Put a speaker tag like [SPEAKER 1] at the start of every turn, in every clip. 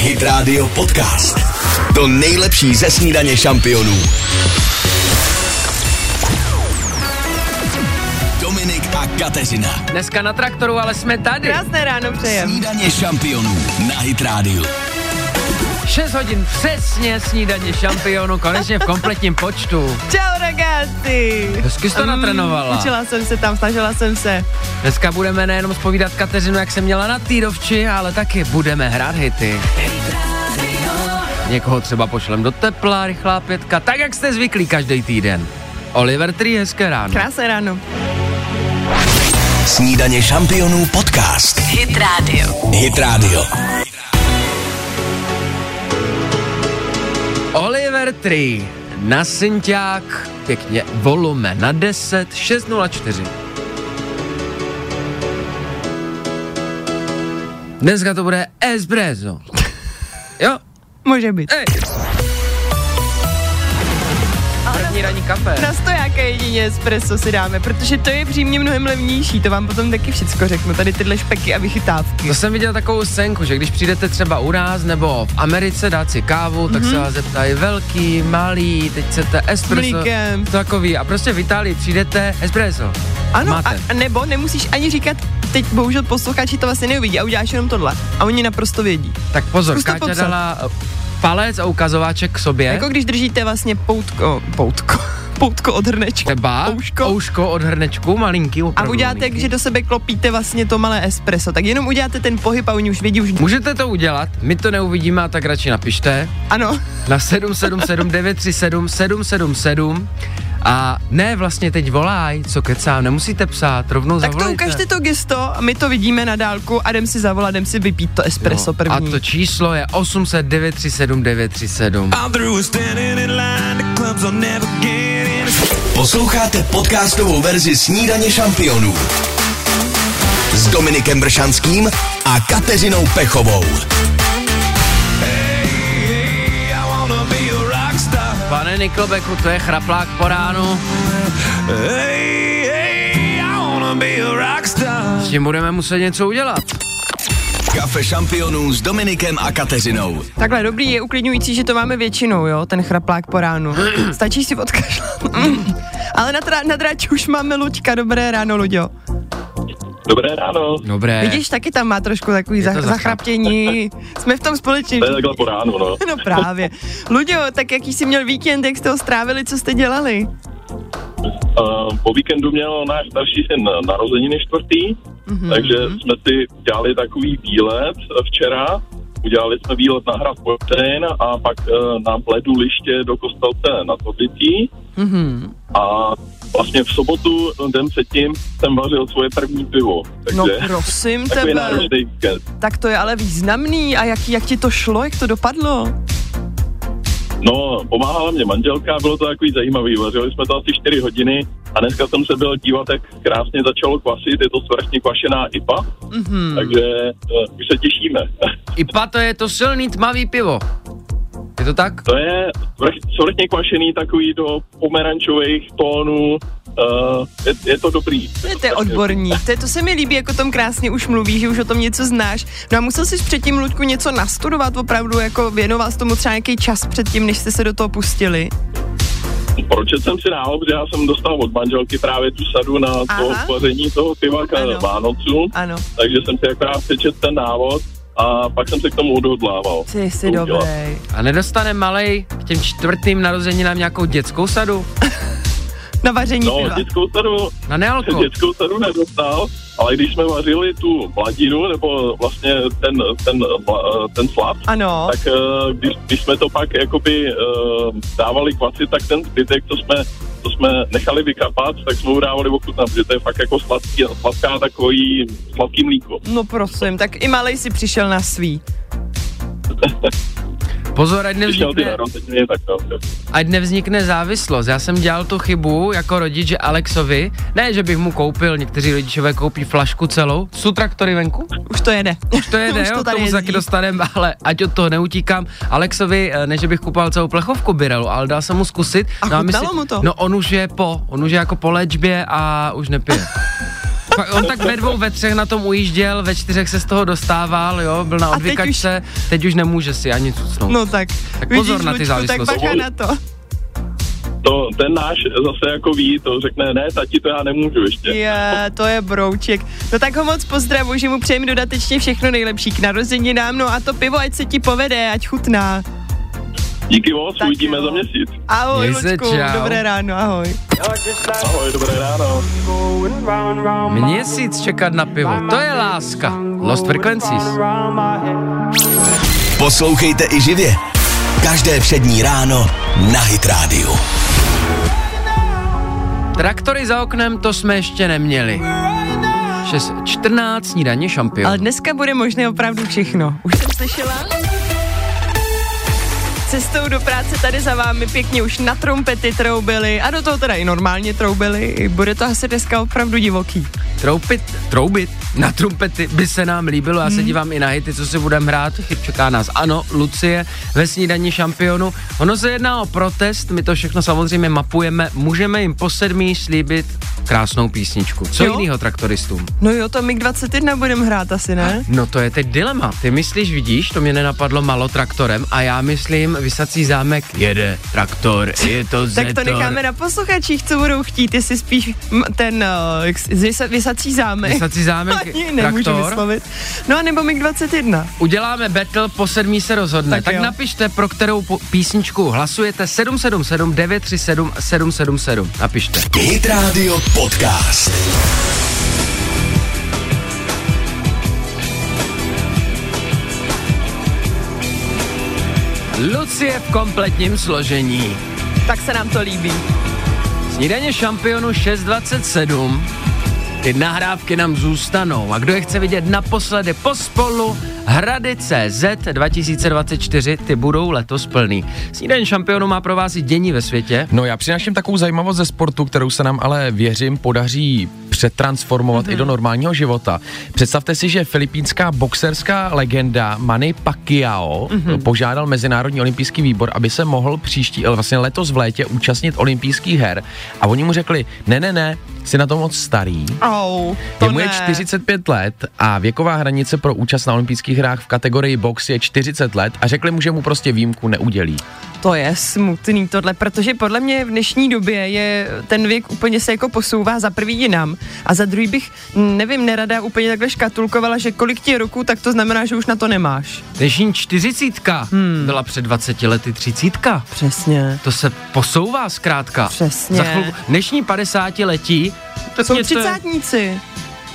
[SPEAKER 1] Hit Radio Podcast. To nejlepší ze snídaně šampionů. Dominik a Kateřina.
[SPEAKER 2] Dneska na traktoru, ale jsme tady.
[SPEAKER 3] Krásné ráno přejem.
[SPEAKER 1] Snídaně šampionů na Hit Radio.
[SPEAKER 2] 6 hodin přesně snídaně šampionu, konečně v kompletním počtu.
[SPEAKER 3] Čau ragazzi.
[SPEAKER 2] Hezky jsi to
[SPEAKER 3] Mm,
[SPEAKER 2] natrénovala.
[SPEAKER 3] Učila jsem se tam, snažila jsem se.
[SPEAKER 2] Dneska budeme nejenom spovídat Kateřinu, jak se měla na týdovči, ale taky budeme hrát hity. Někoho třeba pošlem do tepla, rychlá pětka, tak jak jste zvyklí každý týden. Oliver Tree, hezké ráno.
[SPEAKER 3] Krásné ráno.
[SPEAKER 1] Snídaně šampionů podcast. Hit Radio. Hit Radio.
[SPEAKER 2] Oliver Tree, na synťák, pěkně, volume na 10, 604. Dneska to bude espresso. Jo,
[SPEAKER 3] Může být.
[SPEAKER 2] ej. První ranní kafe.
[SPEAKER 3] Na stojáka jedině espresso si dáme, protože to je v Římě mnohem levnější, to vám potom taky všecko řeknu, tady tyhle špeky a vychytávky.
[SPEAKER 2] To jsem viděl takovou scénku, že když přijdete třeba u nás nebo v Americe dát si kávu, tak mm-hmm. se vás zeptají velký, malý, teď chcete espresso.
[SPEAKER 3] Mlíkem.
[SPEAKER 2] Takový. A prostě v Itálii přijdete espresso.
[SPEAKER 3] Ano,
[SPEAKER 2] Máte.
[SPEAKER 3] a, a nebo nemusíš ani říkat, teď bohužel posluchači to vlastně neuvidí a uděláš jenom tohle. A oni naprosto vědí.
[SPEAKER 2] Tak pozor,
[SPEAKER 3] Zkus to
[SPEAKER 2] Káťa
[SPEAKER 3] popsat.
[SPEAKER 2] dala eh, palec a ukazováček k sobě.
[SPEAKER 3] Jako když držíte vlastně poutko, poutko, poutko od hrnečku.
[SPEAKER 2] Třeba
[SPEAKER 3] ouško.
[SPEAKER 2] ouško od hrnečku, malinký,
[SPEAKER 3] A
[SPEAKER 2] opravdu
[SPEAKER 3] uděláte,
[SPEAKER 2] malinký.
[SPEAKER 3] když do sebe klopíte vlastně to malé espresso, tak jenom uděláte ten pohyb a oni už vědí, už
[SPEAKER 2] Můžete to udělat, my to neuvidíme, a tak radši napište
[SPEAKER 3] ano.
[SPEAKER 2] na 777 937 777 a ne vlastně teď volaj, co kecám, nemusíte psát, rovnou
[SPEAKER 3] Tak to
[SPEAKER 2] zavolejte.
[SPEAKER 3] ukažte to gesto, my to vidíme na dálku a jdem si zavolat, jdem si vypít to espresso
[SPEAKER 2] A
[SPEAKER 3] první.
[SPEAKER 2] to číslo je 800 937 937.
[SPEAKER 4] I'm through standing in line to clubs I'll never get in.
[SPEAKER 1] Posloucháte podcastovou verzi Snídaně šampionů s Dominikem Bršanským a Kateřinou Pechovou.
[SPEAKER 4] Hey, I wanna be a rock star.
[SPEAKER 2] Pane Niklobeku, to je chraplák po ránu,
[SPEAKER 4] Hey, hey, I wanna be a rock star.
[SPEAKER 2] s tím budeme muset něco udělat.
[SPEAKER 1] Kafe šampionů s Dominikem a Kateřinou.
[SPEAKER 3] Takhle dobrý je uklidňující, že to máme většinou, jo, ten chraplák po ránu. Stačí si odkašlat. Ale na, tra- na dráči už máme Luďka, dobré ráno, Luďo.
[SPEAKER 5] Dobré ráno.
[SPEAKER 2] Dobré.
[SPEAKER 3] Vidíš, taky tam má trošku takový
[SPEAKER 2] Je to
[SPEAKER 3] za-
[SPEAKER 2] zachrap-
[SPEAKER 3] zachraptění. Jsme v tom společně.
[SPEAKER 5] To je takhle po ránu, no.
[SPEAKER 3] No právě. Luďo, tak jaký jsi měl víkend, jak jste ho strávili, co jste dělali?
[SPEAKER 5] Uh, po víkendu měl náš starší syn narozeniny čtvrtý,
[SPEAKER 3] Mhm.
[SPEAKER 5] mm-hmm. takže jsme si dělali takový výlet eh, včera. Udělali jsme výlet na hrad Portén a pak uh, na bleduliště do kostelce na Todlicí.
[SPEAKER 3] Mm-hmm.
[SPEAKER 5] A vlastně v sobotu, den předtím, jsem vařil svoje první pivo.
[SPEAKER 3] No
[SPEAKER 5] Takže
[SPEAKER 3] prosím
[SPEAKER 5] takový
[SPEAKER 3] tebe.
[SPEAKER 5] náročný víkend.
[SPEAKER 3] Tak to je ale významný. A jak, jak ti to šlo, jak to dopadlo?
[SPEAKER 5] No, pomáhala mě manželka, bylo to takový zajímavý, vařili jsme to asi 4 hodiny a dneska jsem se byl dívat, jak krásně začalo kvasit, je to svrchně kvašená IPA,
[SPEAKER 3] Mm-hmm.
[SPEAKER 5] takže uh, už se těšíme.
[SPEAKER 2] IPA to je to silný tmavý pivo. Je to tak?
[SPEAKER 5] to je svrch- svrchně kvašený takový do pomerančových tónů, uh, je, je to dobrý.
[SPEAKER 3] To je- To je odborník, to, je, to se mi líbí, jako o tom krásně už mluví, že už o tom něco znáš. No a musel jsi předtím, Luďku, něco nastudovat opravdu, jako věnoval jsi tomu třeba nějaký čas předtím, než jste se do toho pustili.
[SPEAKER 5] Proč jsem si náhob, že já jsem dostal od manželky právě tu sadu na to
[SPEAKER 3] Aha.
[SPEAKER 5] vaření toho piva
[SPEAKER 3] Ano.
[SPEAKER 5] k Vánocům,
[SPEAKER 3] Ano,
[SPEAKER 5] takže jsem si akorát přečet ten návod a pak jsem se k tomu odhodlával.
[SPEAKER 3] ty jsi
[SPEAKER 5] To udělat.
[SPEAKER 3] dobrý.
[SPEAKER 2] A nedostane malej k těm čtvrtým narozeninám nějakou dětskou sadu?
[SPEAKER 3] Na vaření
[SPEAKER 5] No,
[SPEAKER 3] piva.
[SPEAKER 5] dětskou sadu,
[SPEAKER 2] Na nealko.
[SPEAKER 5] dětskou sadu nedostal, ale když jsme vařili tu mladinu, nebo vlastně ten, ten, eh, ten slad,
[SPEAKER 3] Ano,
[SPEAKER 5] tak eh, když, když jsme to pak jakoby eh, dávali kvaci, tak ten zbytek, co jsme, co jsme nechali vykapat, tak jsme mu dávali ochutnat, protože to je fakt jako sladký, sladká takový sladký mlíko.
[SPEAKER 3] no prosím, tak i malej si přišel na svý.
[SPEAKER 2] Pozor, ať
[SPEAKER 5] Když měl ty
[SPEAKER 2] nevznikne,
[SPEAKER 5] narozeniny, tak no, jo.
[SPEAKER 2] ať nevznikne závislost. Já jsem dělal tu chybu jako rodič, že Alexovi, ne, že bych mu koupil, někteří rodičové koupí flašku celou, jsou traktory venku,
[SPEAKER 3] Už to jede.
[SPEAKER 2] už to je,
[SPEAKER 3] Už
[SPEAKER 2] ne,
[SPEAKER 3] to
[SPEAKER 2] jo, k tomu
[SPEAKER 3] tady
[SPEAKER 2] se
[SPEAKER 3] jezdí.
[SPEAKER 2] taky dostaneme, ale ať od toho neutíkám. Alexovi, eh, ne, že bych kupoval celou plechovku birelu, ale dal jsem mu zkusit. No
[SPEAKER 3] A
[SPEAKER 2] my
[SPEAKER 3] chutnalo mu to?
[SPEAKER 2] No on už je po, on už je jako po léčbě a už nepije. Fakt, on tak ve dvou, ve třech na tom ujížděl, ve čtyřech se z toho dostával, jo, byl na
[SPEAKER 3] teď
[SPEAKER 2] odvykačce, teď už, nemůže si ani cucnout.
[SPEAKER 3] No tak,
[SPEAKER 2] Tak pozor na ty
[SPEAKER 3] tak
[SPEAKER 2] závislosti.
[SPEAKER 3] bacha na to.
[SPEAKER 5] To, ten náš zase jako ví, to řekne, ne, tati, to já nemůžu ještě.
[SPEAKER 3] Je, to je brouček. No tak ho moc pozdravu, že mu přejeme dodatečně všechno nejlepší k narozeninám, no a to pivo, ať se ti povede, ať chutná.
[SPEAKER 5] Díky moc,
[SPEAKER 3] Tak
[SPEAKER 5] uvidíme
[SPEAKER 3] jo.
[SPEAKER 5] za měsíc.
[SPEAKER 3] Ahoj,
[SPEAKER 2] Měj se,
[SPEAKER 3] Lučku,
[SPEAKER 2] čau.
[SPEAKER 3] dobré ráno, ahoj.
[SPEAKER 5] Ahoj, dobré ráno.
[SPEAKER 2] Měsíc čekat na pivo, to je láska. Lost Frequencies.
[SPEAKER 1] Poslouchejte i živě. Každé přední ráno na Hit Radio.
[SPEAKER 2] Traktory za oknem, to jsme ještě neměli. 6, 14 snídaně šampion.
[SPEAKER 3] Ale dneska bude možné opravdu všechno. Už jsem slyšela? Cestou do práce tady za vámi pěkně už na trompety troubily a do toho teda i normálně troubily. Bude to asi dneska opravdu divoký.
[SPEAKER 2] Troupit, troubit na trumpety by se nám líbilo.
[SPEAKER 3] Hmm.
[SPEAKER 2] Já se dívám i na hity, co si budeme hrát. Chyb čeká nás. Ano, Lucie ve snídaní šampionu. Ono se jedná o protest, my to všechno samozřejmě mapujeme. Můžeme jim po sedmí slíbit krásnou písničku. Co
[SPEAKER 3] Jo.
[SPEAKER 2] jiného traktoristům?
[SPEAKER 3] No jo, to MiG-21 budeme hrát asi, ne?
[SPEAKER 2] No to je teď dilema. Ty myslíš, vidíš, to mě nenapadlo malo traktorem a já myslím vysací zámek jede traktor, je to
[SPEAKER 3] Tak
[SPEAKER 2] zetor.
[SPEAKER 3] to necháme na posluchačích, co budou chtít, jestli spíš m, ten eh, jak s- vysa- vysací zámek.
[SPEAKER 2] Vysací zámek,
[SPEAKER 3] Ani nemůžu
[SPEAKER 2] traktor.
[SPEAKER 3] vyslovit. No a nebo MiG-21.
[SPEAKER 2] Uděláme battle, po sedmí se rozhodne. Tak,
[SPEAKER 3] Tak
[SPEAKER 2] tak
[SPEAKER 3] jo.
[SPEAKER 2] napište, pro kterou po- písničku hlasujete 777 937 777. Napište.
[SPEAKER 1] Hit Radio Podcast.
[SPEAKER 2] Lucie v kompletním složení.
[SPEAKER 3] Tak se nám to líbí.
[SPEAKER 2] Snídaně šampionu 627. Ty nahrávky nám zůstanou. A kdo je chce vidět naposledy pospolu, Hrady CZ 2024, ty budou letos plný. Snídaně šampionu má pro vás i dění ve světě.
[SPEAKER 6] No já přináším takovou zajímavost ze sportu, kterou se nám ale věřím podaří přetransformovat
[SPEAKER 3] Mhm.
[SPEAKER 6] i do normálního života. Představte si, že filipínská boxerská legenda Manny Pacquiao
[SPEAKER 2] Mhm.
[SPEAKER 6] požádal Mezinárodní olympijský výbor, aby se mohl příští, eh, vlastně letos v létě účastnit olympijských her. A oni mu řekli, ne, ne, ne, jsi na to moc starý.
[SPEAKER 3] Au, to
[SPEAKER 6] Jemu je
[SPEAKER 3] ne.
[SPEAKER 6] 45 let a věková hranice pro účast na olympijských hrách v kategorii box je 40 let a řekli mu, že mu prostě výjimku neudělí.
[SPEAKER 3] To je smutný tohle, protože podle mě v dnešní době je ten věk úplně se jako posouvá za prvý jinam a za druhý bych, nevím, nerada úplně takhle škatulkovala, že kolik ti je roku, tak to znamená, že už na to nemáš.
[SPEAKER 2] Dnešní čtyřicítka hmm. byla před 20 lety třicítka.
[SPEAKER 3] Přesně.
[SPEAKER 2] To se posouvá zkrátka.
[SPEAKER 3] Přesně.
[SPEAKER 2] Za chvilku, dnešní 50 letí, tak
[SPEAKER 3] Jsou
[SPEAKER 2] mě to-
[SPEAKER 3] třicátníci.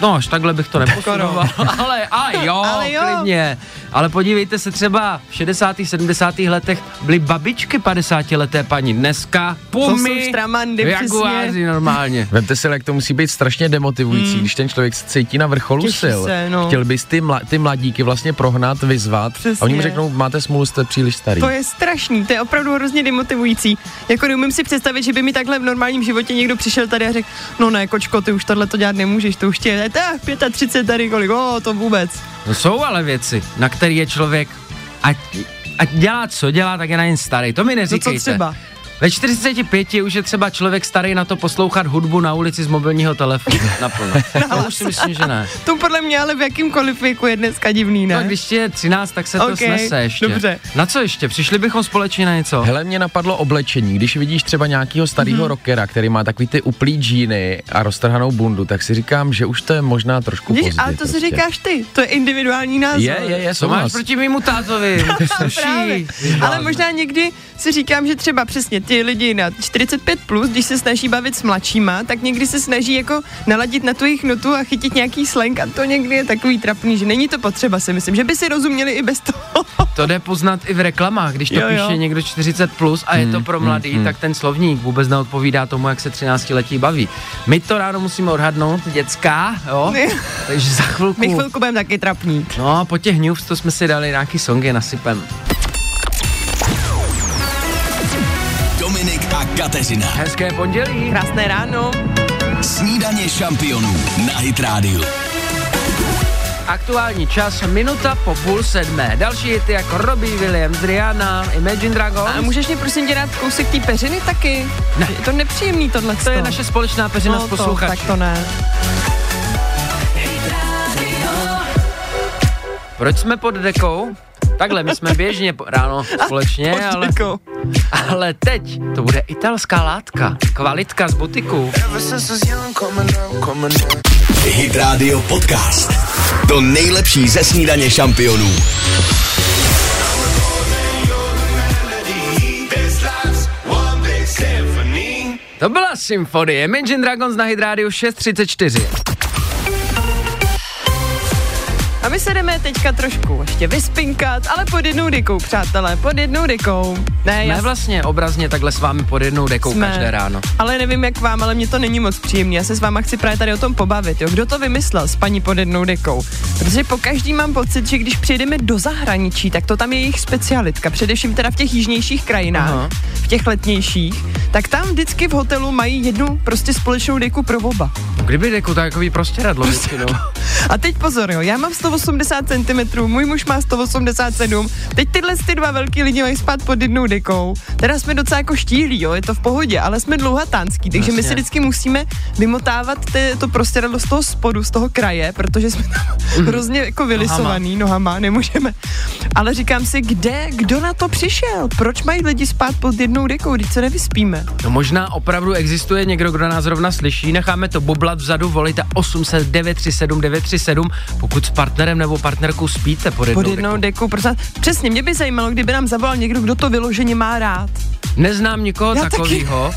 [SPEAKER 2] No, až takhle bych to neposunoval, ale a jo,
[SPEAKER 3] Ale jo.
[SPEAKER 2] klidně. Ale podívejte se třeba v 60. 70. letech byly babičky 50 leté paní. Dneska pumy,
[SPEAKER 3] jsou štramandy, přesně.
[SPEAKER 2] jaguáři normálně.
[SPEAKER 6] Vemte si, jak to musí být strašně demotivující, mm. když ten člověk se cítí na vrcholu
[SPEAKER 3] Mhm. Těší
[SPEAKER 6] sil.
[SPEAKER 3] se, no.
[SPEAKER 6] Chtěl bys ty, mla, ty mladíky vlastně prohnat, vyzvat
[SPEAKER 3] Přesně.
[SPEAKER 6] a oni mu řeknou, máte smůlu, jste příliš starý.
[SPEAKER 3] To je strašný, to je opravdu hrozně demotivující. Jako neumím si představit, že by mi takhle v normálním životě někdo přišel tady a řekl, no ne, kočko, ty už tohle to dělat nemůžeš, to už ti je, tak 35 tady kolik, o, to vůbec.
[SPEAKER 2] No, jsou ale věci, na které je člověk, ať, ať dělá co dělá, tak je na jen starý. To mi
[SPEAKER 3] No co
[SPEAKER 2] neříkejte.
[SPEAKER 3] třeba?
[SPEAKER 2] Ve 45 už je třeba člověk starý na to poslouchat hudbu na ulici z mobilního telefonu naplno. to už si myslím, že ne.
[SPEAKER 3] To podle mě ale v jakýmkoliv věku je dneska divný, ne?
[SPEAKER 2] No, když ti je 13, tak se
[SPEAKER 3] Ok,
[SPEAKER 2] to snese ještě.
[SPEAKER 3] dobře.
[SPEAKER 2] Na co ještě? Přišli bychom společně na něco?
[SPEAKER 6] Hele, mě napadlo oblečení. Když vidíš třeba nějakého starého
[SPEAKER 3] Mhm.
[SPEAKER 6] mm. rockera, který má takový ty uplý džíny a roztrhanou bundu, tak si říkám, že už to je možná trošku
[SPEAKER 3] Vidíš,
[SPEAKER 6] pozdě.
[SPEAKER 3] ale to
[SPEAKER 6] prostě.
[SPEAKER 3] si říkáš ty, to je individuální názor.
[SPEAKER 6] Je, je, je,
[SPEAKER 2] Co máš
[SPEAKER 6] souhlas.
[SPEAKER 2] proti mému tátovi?
[SPEAKER 3] Právě.
[SPEAKER 2] Suší.
[SPEAKER 3] Ale možná někdy si říkám, že třeba přesně ty lidi na 45 plus, když se snaží bavit s mladšíma, tak někdy se snaží jako naladit na tu jejich notu a chytit nějaký slang a to někdy je takový trapný, že není to potřeba si myslím, že by si rozuměli i bez toho.
[SPEAKER 2] To jde poznat i v reklamách, když to
[SPEAKER 3] Jo,
[SPEAKER 2] jo,
[SPEAKER 3] jo.
[SPEAKER 2] píše někdo 40 plus a
[SPEAKER 6] Hmm,
[SPEAKER 2] je to pro mladý, tak ten slovník vůbec neodpovídá tomu, jak se 13 letí baví. My to ráno musíme odhadnout, dětská, jo? Takže za chvilku.
[SPEAKER 3] My chvilku budeme taky trapní.
[SPEAKER 2] No a po těch news to jsme si dali nějaký songy nasypem.
[SPEAKER 1] Dominik a Kateřina.
[SPEAKER 2] Hezké pondělí.
[SPEAKER 3] Krásné ráno.
[SPEAKER 1] Snídaně šampionů na Hit Radio.
[SPEAKER 2] Aktuální čas minuta po půl sedmé. Další hity jako Robbie Williams, Rihanna, Imagine Dragons.
[SPEAKER 3] A můžeš mě prosím dělat kousek té peřiny taky?
[SPEAKER 2] Ne.
[SPEAKER 3] Je to nepříjemný tohle.
[SPEAKER 2] To je naše společná peřina
[SPEAKER 3] no,
[SPEAKER 2] s
[SPEAKER 3] to,
[SPEAKER 2] posluchači.
[SPEAKER 3] tak to ne.
[SPEAKER 2] Proč jsme pod dekou? Takhle, my jsme běžně po- ráno společně, ale,
[SPEAKER 3] Jako,
[SPEAKER 2] ale teď to bude italská látka. Kvalitka z butiku.
[SPEAKER 1] Hit Radio Podcast. To nejlepší ze snídaně šampionů.
[SPEAKER 2] To byla symfonie. Imagine Dragons na Hydrádiu 634.
[SPEAKER 3] a my se jdeme teďka trošku ještě vyspinkat, ale pod jednou dekou, přátelé, pod jednou dekou. Ne,
[SPEAKER 2] Jsme
[SPEAKER 3] já
[SPEAKER 2] vlastně obrazně takhle s vámi pod jednou dekou
[SPEAKER 3] Jsme.
[SPEAKER 2] každé ráno.
[SPEAKER 3] Ale nevím jak vám, ale mě to není moc příjemné. Já se s váma chci právě tady o tom pobavit. Jo. Kdo to vymyslel s paní pod jednou dekou? Protože po každý mám pocit, že když přijedeme do zahraničí, tak to tam je jejich specialitka. Především teda v těch jižnějších krajinách,
[SPEAKER 2] Aha.
[SPEAKER 3] Aha. v těch letnějších, tak tam vždycky v hotelu mají jednu prostě společnou deku pro oba.
[SPEAKER 2] Kdyby deku takový prostě radlo většinou.
[SPEAKER 3] no. A teď pozor, jo, já mám 180 cm, můj muž má 187, teď tyhle ty dva velký lidi mají spát pod jednou dekou. Teda jsme docela jako štíhlí, jo, je to v pohodě, ale jsme dlouhatánský, takže my
[SPEAKER 2] Jasně.
[SPEAKER 3] si vždycky musíme vymotávat te, to prostěradlo z toho spodu, z toho kraje, protože jsme
[SPEAKER 2] Mhm.
[SPEAKER 3] tam hrozně jako vylisovaný nohama, nemůžeme. Ale říkám si, kde, kdo na to přišel? Proč mají lidi spát pod jednou dekou, když se nevyspíme?
[SPEAKER 2] No možná opravdu existuje někdo, kdo nás zrovna slyší, necháme to boblat vzadu, volejte 800 937 937, pokud s partnerem nebo partnerkou spíte pod jednou,
[SPEAKER 3] Pod jednou
[SPEAKER 2] dekou.
[SPEAKER 3] dekou, protože přesně mě by zajímalo, kdyby nám zavolal někdo, kdo to vyloženě má rád.
[SPEAKER 2] Neznám nikoho
[SPEAKER 3] Já taky.
[SPEAKER 2] takového.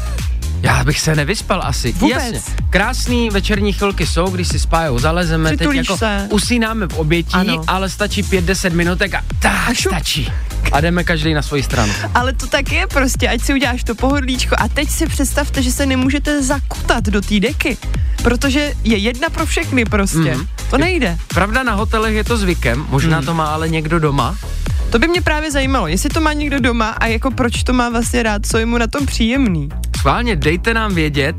[SPEAKER 2] Já bych se nevyspal asi.
[SPEAKER 3] Vůbec.
[SPEAKER 2] Jasně. Krásný večerní chvilky jsou, když si spájou, zalezeme, teď
[SPEAKER 3] Přitulíš
[SPEAKER 2] jako
[SPEAKER 3] se.
[SPEAKER 2] usínáme v obětí,
[SPEAKER 3] Ano.
[SPEAKER 2] ale stačí 5-10 minutek a tak
[SPEAKER 3] A šup.
[SPEAKER 2] stačí. A jdeme každý na svoji stranu.
[SPEAKER 3] Ale to tak je prostě, ať si uděláš to pohodlíčko a teď si představte, že se nemůžete zakutat do té deky, protože je jedna pro všechny prostě.
[SPEAKER 2] Mhm.
[SPEAKER 3] Mm. To nejde.
[SPEAKER 2] Pravda, na hotelech je to zvykem,
[SPEAKER 3] Hmm.
[SPEAKER 2] možná to má ale někdo doma.
[SPEAKER 3] To by mě právě zajímalo, jestli to má někdo doma a jako proč to má vlastně rád, co je mu na tom příjemný.
[SPEAKER 2] Schválně dejte nám vědět,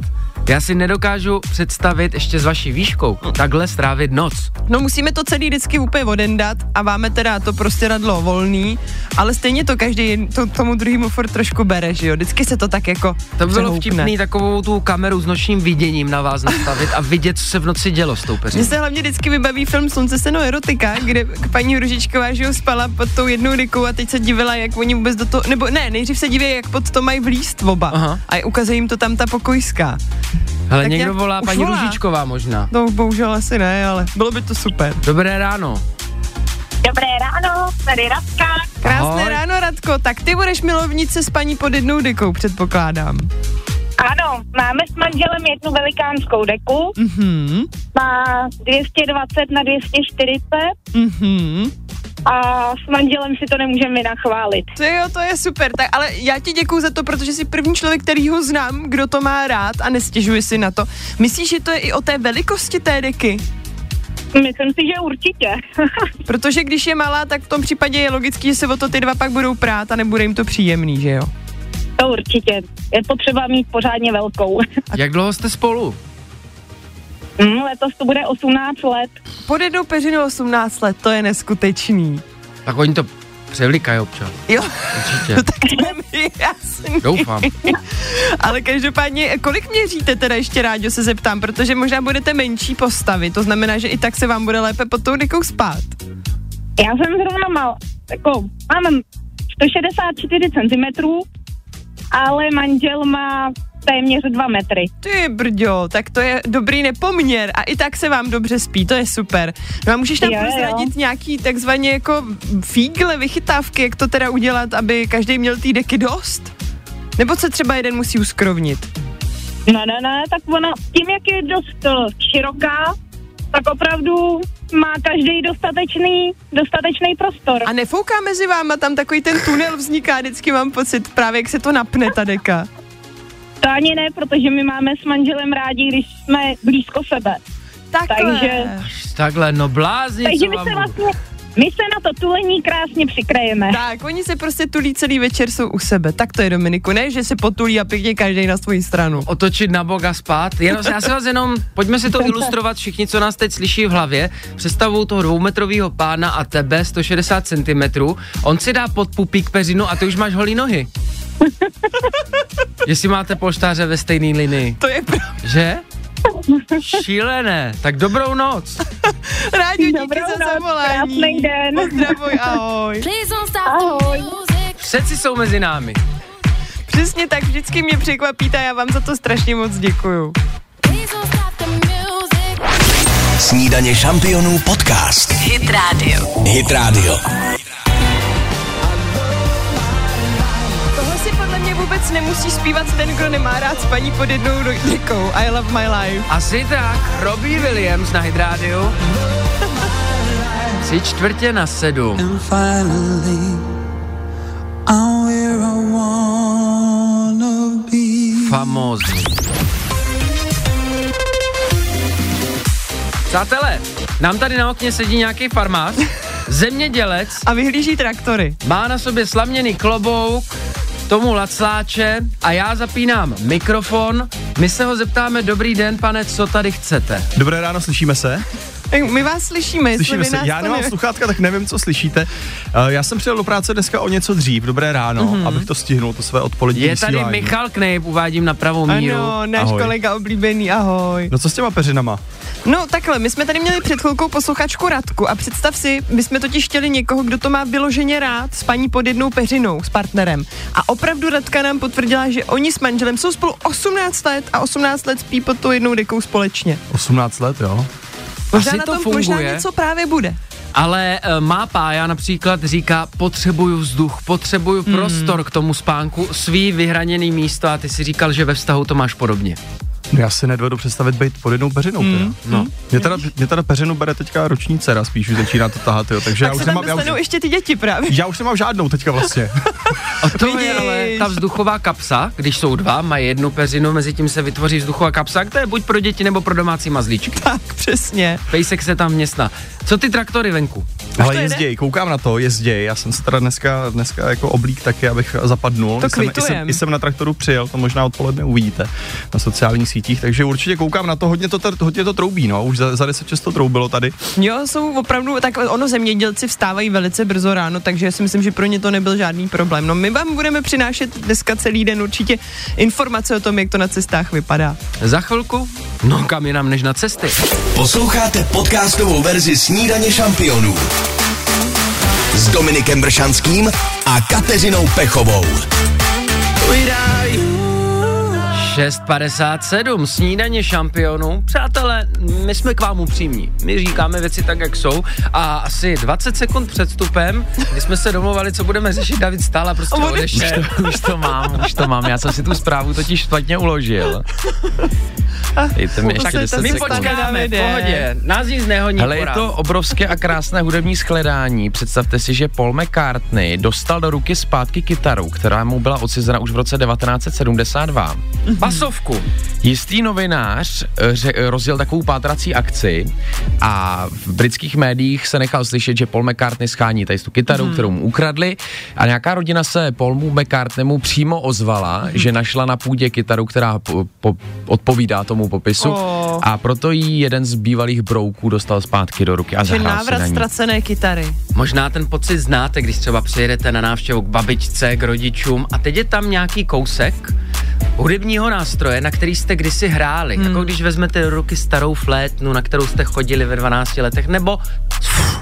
[SPEAKER 2] já si nedokážu představit ještě s vaší výškou takhle strávit noc.
[SPEAKER 3] No musíme to celý vždycky úplně odendat a máme teda to prostě radlo volný, ale stejně to každý jed- to, tomu druhému furt trošku bere, že jo? Vždycky se to tak jako
[SPEAKER 2] To by bylo
[SPEAKER 3] přehoupne.
[SPEAKER 2] vtipný takovou tu kameru s nočním viděním na vás nastavit a vidět, co se v noci dělo s tou
[SPEAKER 3] Mně
[SPEAKER 2] peřinou.
[SPEAKER 3] se hlavně vždycky vybaví film Slunce, seno, erotika, kde k- paní Ružičková, že jo, spala pod tou jednou dekou a teď se divila, jak oni vůbec do toho, nebo ne, nejdřív se diví, jak pod to mají vlíst oba.
[SPEAKER 2] Aha.
[SPEAKER 3] Aha. A ukazuje jim to tam ta pokojská.
[SPEAKER 2] Ale
[SPEAKER 3] tak
[SPEAKER 2] někdo
[SPEAKER 3] nějak
[SPEAKER 2] volá
[SPEAKER 3] už
[SPEAKER 2] paní
[SPEAKER 3] volá.
[SPEAKER 2] Ružičková možná.
[SPEAKER 3] No, bohužel asi ne, ale bylo by to super.
[SPEAKER 2] Dobré ráno.
[SPEAKER 7] Dobré ráno, tady Radka.
[SPEAKER 3] Krásné
[SPEAKER 2] Ahoj.
[SPEAKER 3] Ahoj. ráno, Radko, tak ty budeš milovnice s paní pod jednou dekou, předpokládám.
[SPEAKER 7] Ano, máme s manželem jednu velikánskou deku,
[SPEAKER 3] Mhm,
[SPEAKER 7] má 220 na 240
[SPEAKER 3] mhm.
[SPEAKER 7] a s manželem si to nemůžeme vynachválit.
[SPEAKER 3] To jo, to je super, tak ale já ti děkuji za to, protože jsi první člověk, který ho znám, kdo to má rád a nestěžuje si na to. Myslíš, že to je i o té velikosti té deky?
[SPEAKER 7] Myslím si, že určitě.
[SPEAKER 3] Protože když je malá, tak v tom případě je logický, že se o to ty dva pak budou prát a nebude jim to příjemný, že jo?
[SPEAKER 7] to určitě. Je potřeba mít pořádně velkou.
[SPEAKER 2] Jak dlouho jste spolu?
[SPEAKER 7] Hm, Letos to bude 18 let.
[SPEAKER 3] Pod jednou peřinou 18 let, to je neskutečný.
[SPEAKER 2] Tak oni to převlikají občas.
[SPEAKER 3] Jo,
[SPEAKER 2] Určitě.
[SPEAKER 3] no tak to je mi
[SPEAKER 6] No.
[SPEAKER 3] jasný.
[SPEAKER 2] Doufám.
[SPEAKER 3] Ale každopádně, kolik měříte teda ještě rádio, se zeptám, protože možná budete menší postavy, to znamená, že i tak se vám bude lépe pod tou dekou spát.
[SPEAKER 7] Já jsem zrovna mal, jako, mám 164 cm, ale manžel má téměř 2 metry.
[SPEAKER 3] Ty brďo, tak to je dobrý nepoměr a i tak se vám dobře spí, to je super. No a můžeš nám
[SPEAKER 7] Jo, jo.
[SPEAKER 3] prozradit nějaký takzvaně jako fígle, vychytávky, jak to teda udělat, aby každý měl té deky dost? Nebo se třeba jeden musí uskrovnit?
[SPEAKER 7] Ne, ne, ne, tak ona tím, jak je dost eh, široká, tak opravdu má každý dostatečný, dostatečný prostor.
[SPEAKER 3] A nefouká mezi váma tam takový ten tunel vzniká, vždycky mám pocit, právě jak se to napne ta deka.
[SPEAKER 7] To ani ne, protože my máme s manželem rádi, když jsme blízko sebe.
[SPEAKER 3] Takhle.
[SPEAKER 7] Takže-
[SPEAKER 2] Takhle, no blázni,
[SPEAKER 7] Takže
[SPEAKER 2] co
[SPEAKER 7] my
[SPEAKER 2] vám
[SPEAKER 7] se
[SPEAKER 2] budu.
[SPEAKER 7] vlastně, my se na to tulení krásně přikrajeme.
[SPEAKER 3] Tak, oni se prostě tulí celý večer, jsou u sebe. Tak to je, Dominiku, ne, že se potulí a pěkně každý na svoji stranu.
[SPEAKER 2] otočit na bok a spát. Jenom, já se vás jenom, pojďme si to ilustrovat všichni, co nás teď slyší v hlavě. Představu toho dvoumetrového pána a tebe 160 cm. On si dá pod pupík peřinu a ty už máš holý nohy. Jestli máte polštáře ve stejné linii,
[SPEAKER 3] To je pro...
[SPEAKER 2] že? Šílené. Tak dobrou noc.
[SPEAKER 3] Rádio, díky
[SPEAKER 7] Dobrou
[SPEAKER 3] za
[SPEAKER 7] noc,
[SPEAKER 3] zavolání.
[SPEAKER 7] krásný den.
[SPEAKER 3] Pozdravuj, ahoj.
[SPEAKER 7] Ahoj.
[SPEAKER 2] Přeci jsou mezi námi.
[SPEAKER 3] Přesně tak, vždycky mě překvapíte a já vám za to strašně moc děkuju.
[SPEAKER 1] Snídaně šampionů podcast.
[SPEAKER 8] Hit Radio.
[SPEAKER 1] Hit Radio.
[SPEAKER 3] Tohle si podle mě vůbec nemusí zpívat ten, kdo nemá rád spaní pod jednou dekou. I love my life.
[SPEAKER 2] Asi tak, Robbie Williams na Hydrádiu. Tři čtvrtě na sedm. Famózní. Přátelé, nám tady na okně sedí nějaký farmář, zemědělec,
[SPEAKER 3] A vyhlíží traktory.
[SPEAKER 2] má na sobě slaměný klobouk, tomu lacláče a já zapínám mikrofon. My se ho zeptáme, dobrý den pane, co tady chcete?
[SPEAKER 9] Dobré ráno, slyšíme se?
[SPEAKER 3] Tak my vás slyšíme, jestli
[SPEAKER 9] Slyšíme
[SPEAKER 3] vy
[SPEAKER 9] se.
[SPEAKER 3] nás
[SPEAKER 9] Já
[SPEAKER 3] to
[SPEAKER 9] nemám
[SPEAKER 3] ne-
[SPEAKER 9] sluchátka, tak nevím, co slyšíte. Eh, Já jsem přijel do práce dneska o něco dřív. Dobré ráno, mm-hmm. abych to stihnul, to své odpolední
[SPEAKER 2] Je tady
[SPEAKER 9] vysílání.
[SPEAKER 2] Michal Knejp, uvádím na pravou míru.
[SPEAKER 3] Ano, náš ahoj.
[SPEAKER 9] Ahoj.
[SPEAKER 3] kolega oblíbený, ahoj.
[SPEAKER 9] No co s těma peřinama?
[SPEAKER 3] No takhle, my jsme tady měli před chvilkou posluchačku Radku a představ si, my jsme totiž chtěli někoho, kdo to má vyloženě rád, s paní pod jednou peřinou, s partnerem. A opravdu Radka nám potvrdila, že oni s manželem jsou spolu 18 let a 18 let spí pod tou jednou dekou společně.
[SPEAKER 9] 18 let, jo?
[SPEAKER 3] Možná
[SPEAKER 2] Asi
[SPEAKER 3] na
[SPEAKER 2] to
[SPEAKER 3] tom možná
[SPEAKER 2] funguje.
[SPEAKER 3] něco právě bude.
[SPEAKER 2] Ale e, má pája například říká, potřebuju vzduch, potřebuju hmm. prostor k tomu spánku, svý vyhraněný místo a ty si říkal, že ve vztahu to máš podobně.
[SPEAKER 9] No, já si nedovedu představit být pod jednou peřinou. Mm.
[SPEAKER 2] No.
[SPEAKER 9] Mě teda, mě teda peřinu bere teďka roční dcera, spíš už začíná to tahat, jo. Takže já
[SPEAKER 3] Tak
[SPEAKER 9] už,
[SPEAKER 3] se tam
[SPEAKER 9] nemám, já, už,
[SPEAKER 3] dostanou ještě ty děti právě.
[SPEAKER 9] já už nemám žádnou teďka vlastně.
[SPEAKER 2] A to je ale
[SPEAKER 3] Vidíš.
[SPEAKER 2] ta vzduchová kapsa, když jsou dva, mají jednu peřinu, mezi tím se vytvoří vzduchová kapsa, to je buď pro děti nebo pro domácí mazlíčky.
[SPEAKER 3] Tak, přesně.
[SPEAKER 2] Pejsek se tam městná. Co ty traktory venku?
[SPEAKER 9] Ale
[SPEAKER 3] to jede?
[SPEAKER 9] jezděj, koukám na to, jezděj. Já jsem se teda dneska, dneska jako oblík taky, abych zapadnul.
[SPEAKER 3] To
[SPEAKER 9] I jsem, i,
[SPEAKER 3] kvitujem.
[SPEAKER 9] jsem, I jsem na traktoru přijel, to možná odpoledne uvidíte na sociálních sítích, takže určitě koukám na to, hodně to, tr- hodně to troubí, no, už za, za 10 často troubilo tady.
[SPEAKER 3] Jo, jsou opravdu, tak ono zemědělci vstávají velice brzo ráno, takže já si myslím, že pro ně to nebyl žádný problém. No my vám budeme přinášet dneska celý den určitě informace o tom, jak to na cestách vypadá.
[SPEAKER 2] Za chvilku? No kam jinam než na cesty.
[SPEAKER 1] Posloucháte podcastovou verzi Snídaně šampionů s Dominikem Bršanským a Kateřinou Pechovou.
[SPEAKER 2] 6.57, snídaně šampionů. Přátelé, my jsme k vám upřímní. My říkáme věci tak, jak jsou. A asi 20 sekund před vstupem, kdy jsme se domluvali, co budeme řešit, David stál a prostě
[SPEAKER 3] On odešel.
[SPEAKER 2] odešel.
[SPEAKER 6] už to mám, už to mám. Já jsem si tu zprávu totiž špatně uložil. Dejte mi ještě
[SPEAKER 3] Zase
[SPEAKER 6] 10
[SPEAKER 3] to
[SPEAKER 2] My
[SPEAKER 3] se
[SPEAKER 6] sekund.
[SPEAKER 3] stane.
[SPEAKER 2] počkáme, v
[SPEAKER 3] Davide.
[SPEAKER 2] pohodě. Nás nic nehoní.
[SPEAKER 6] Hele, je
[SPEAKER 2] akorát.
[SPEAKER 6] to obrovské a krásné hudební skledání. Představte si, že Paul McCartney dostal do ruky zpátky kytaru, která mu byla odcizena už v roce 1972.
[SPEAKER 2] Pasovku.
[SPEAKER 6] Jistý novinář eh, ře, eh, rozjel takovou pátrací akci a v britských médiích se nechal slyšet, že Paul McCartney schání tady tu kytaru, hmm. kterou mu ukradli a nějaká rodina se Paulu McCartneymu přímo ozvala, že našla na půdě kytaru, která po, po, odpovídá tomu popisu
[SPEAKER 3] Oh.
[SPEAKER 6] a proto jí jeden z bývalých brouků dostal zpátky do ruky a
[SPEAKER 3] Že
[SPEAKER 6] zahrál si na
[SPEAKER 3] návrat
[SPEAKER 6] ní.
[SPEAKER 3] ztracené kytary.
[SPEAKER 2] Možná ten pocit znáte, když třeba přijedete na návštěvu k babičce, k rodičům a teď je tam nějaký kousek hudebního nástroje, na který jste kdysi hráli. Hmm. Jako když vezmete do ruky starou flétnu, na kterou jste chodili ve 12 letech, nebo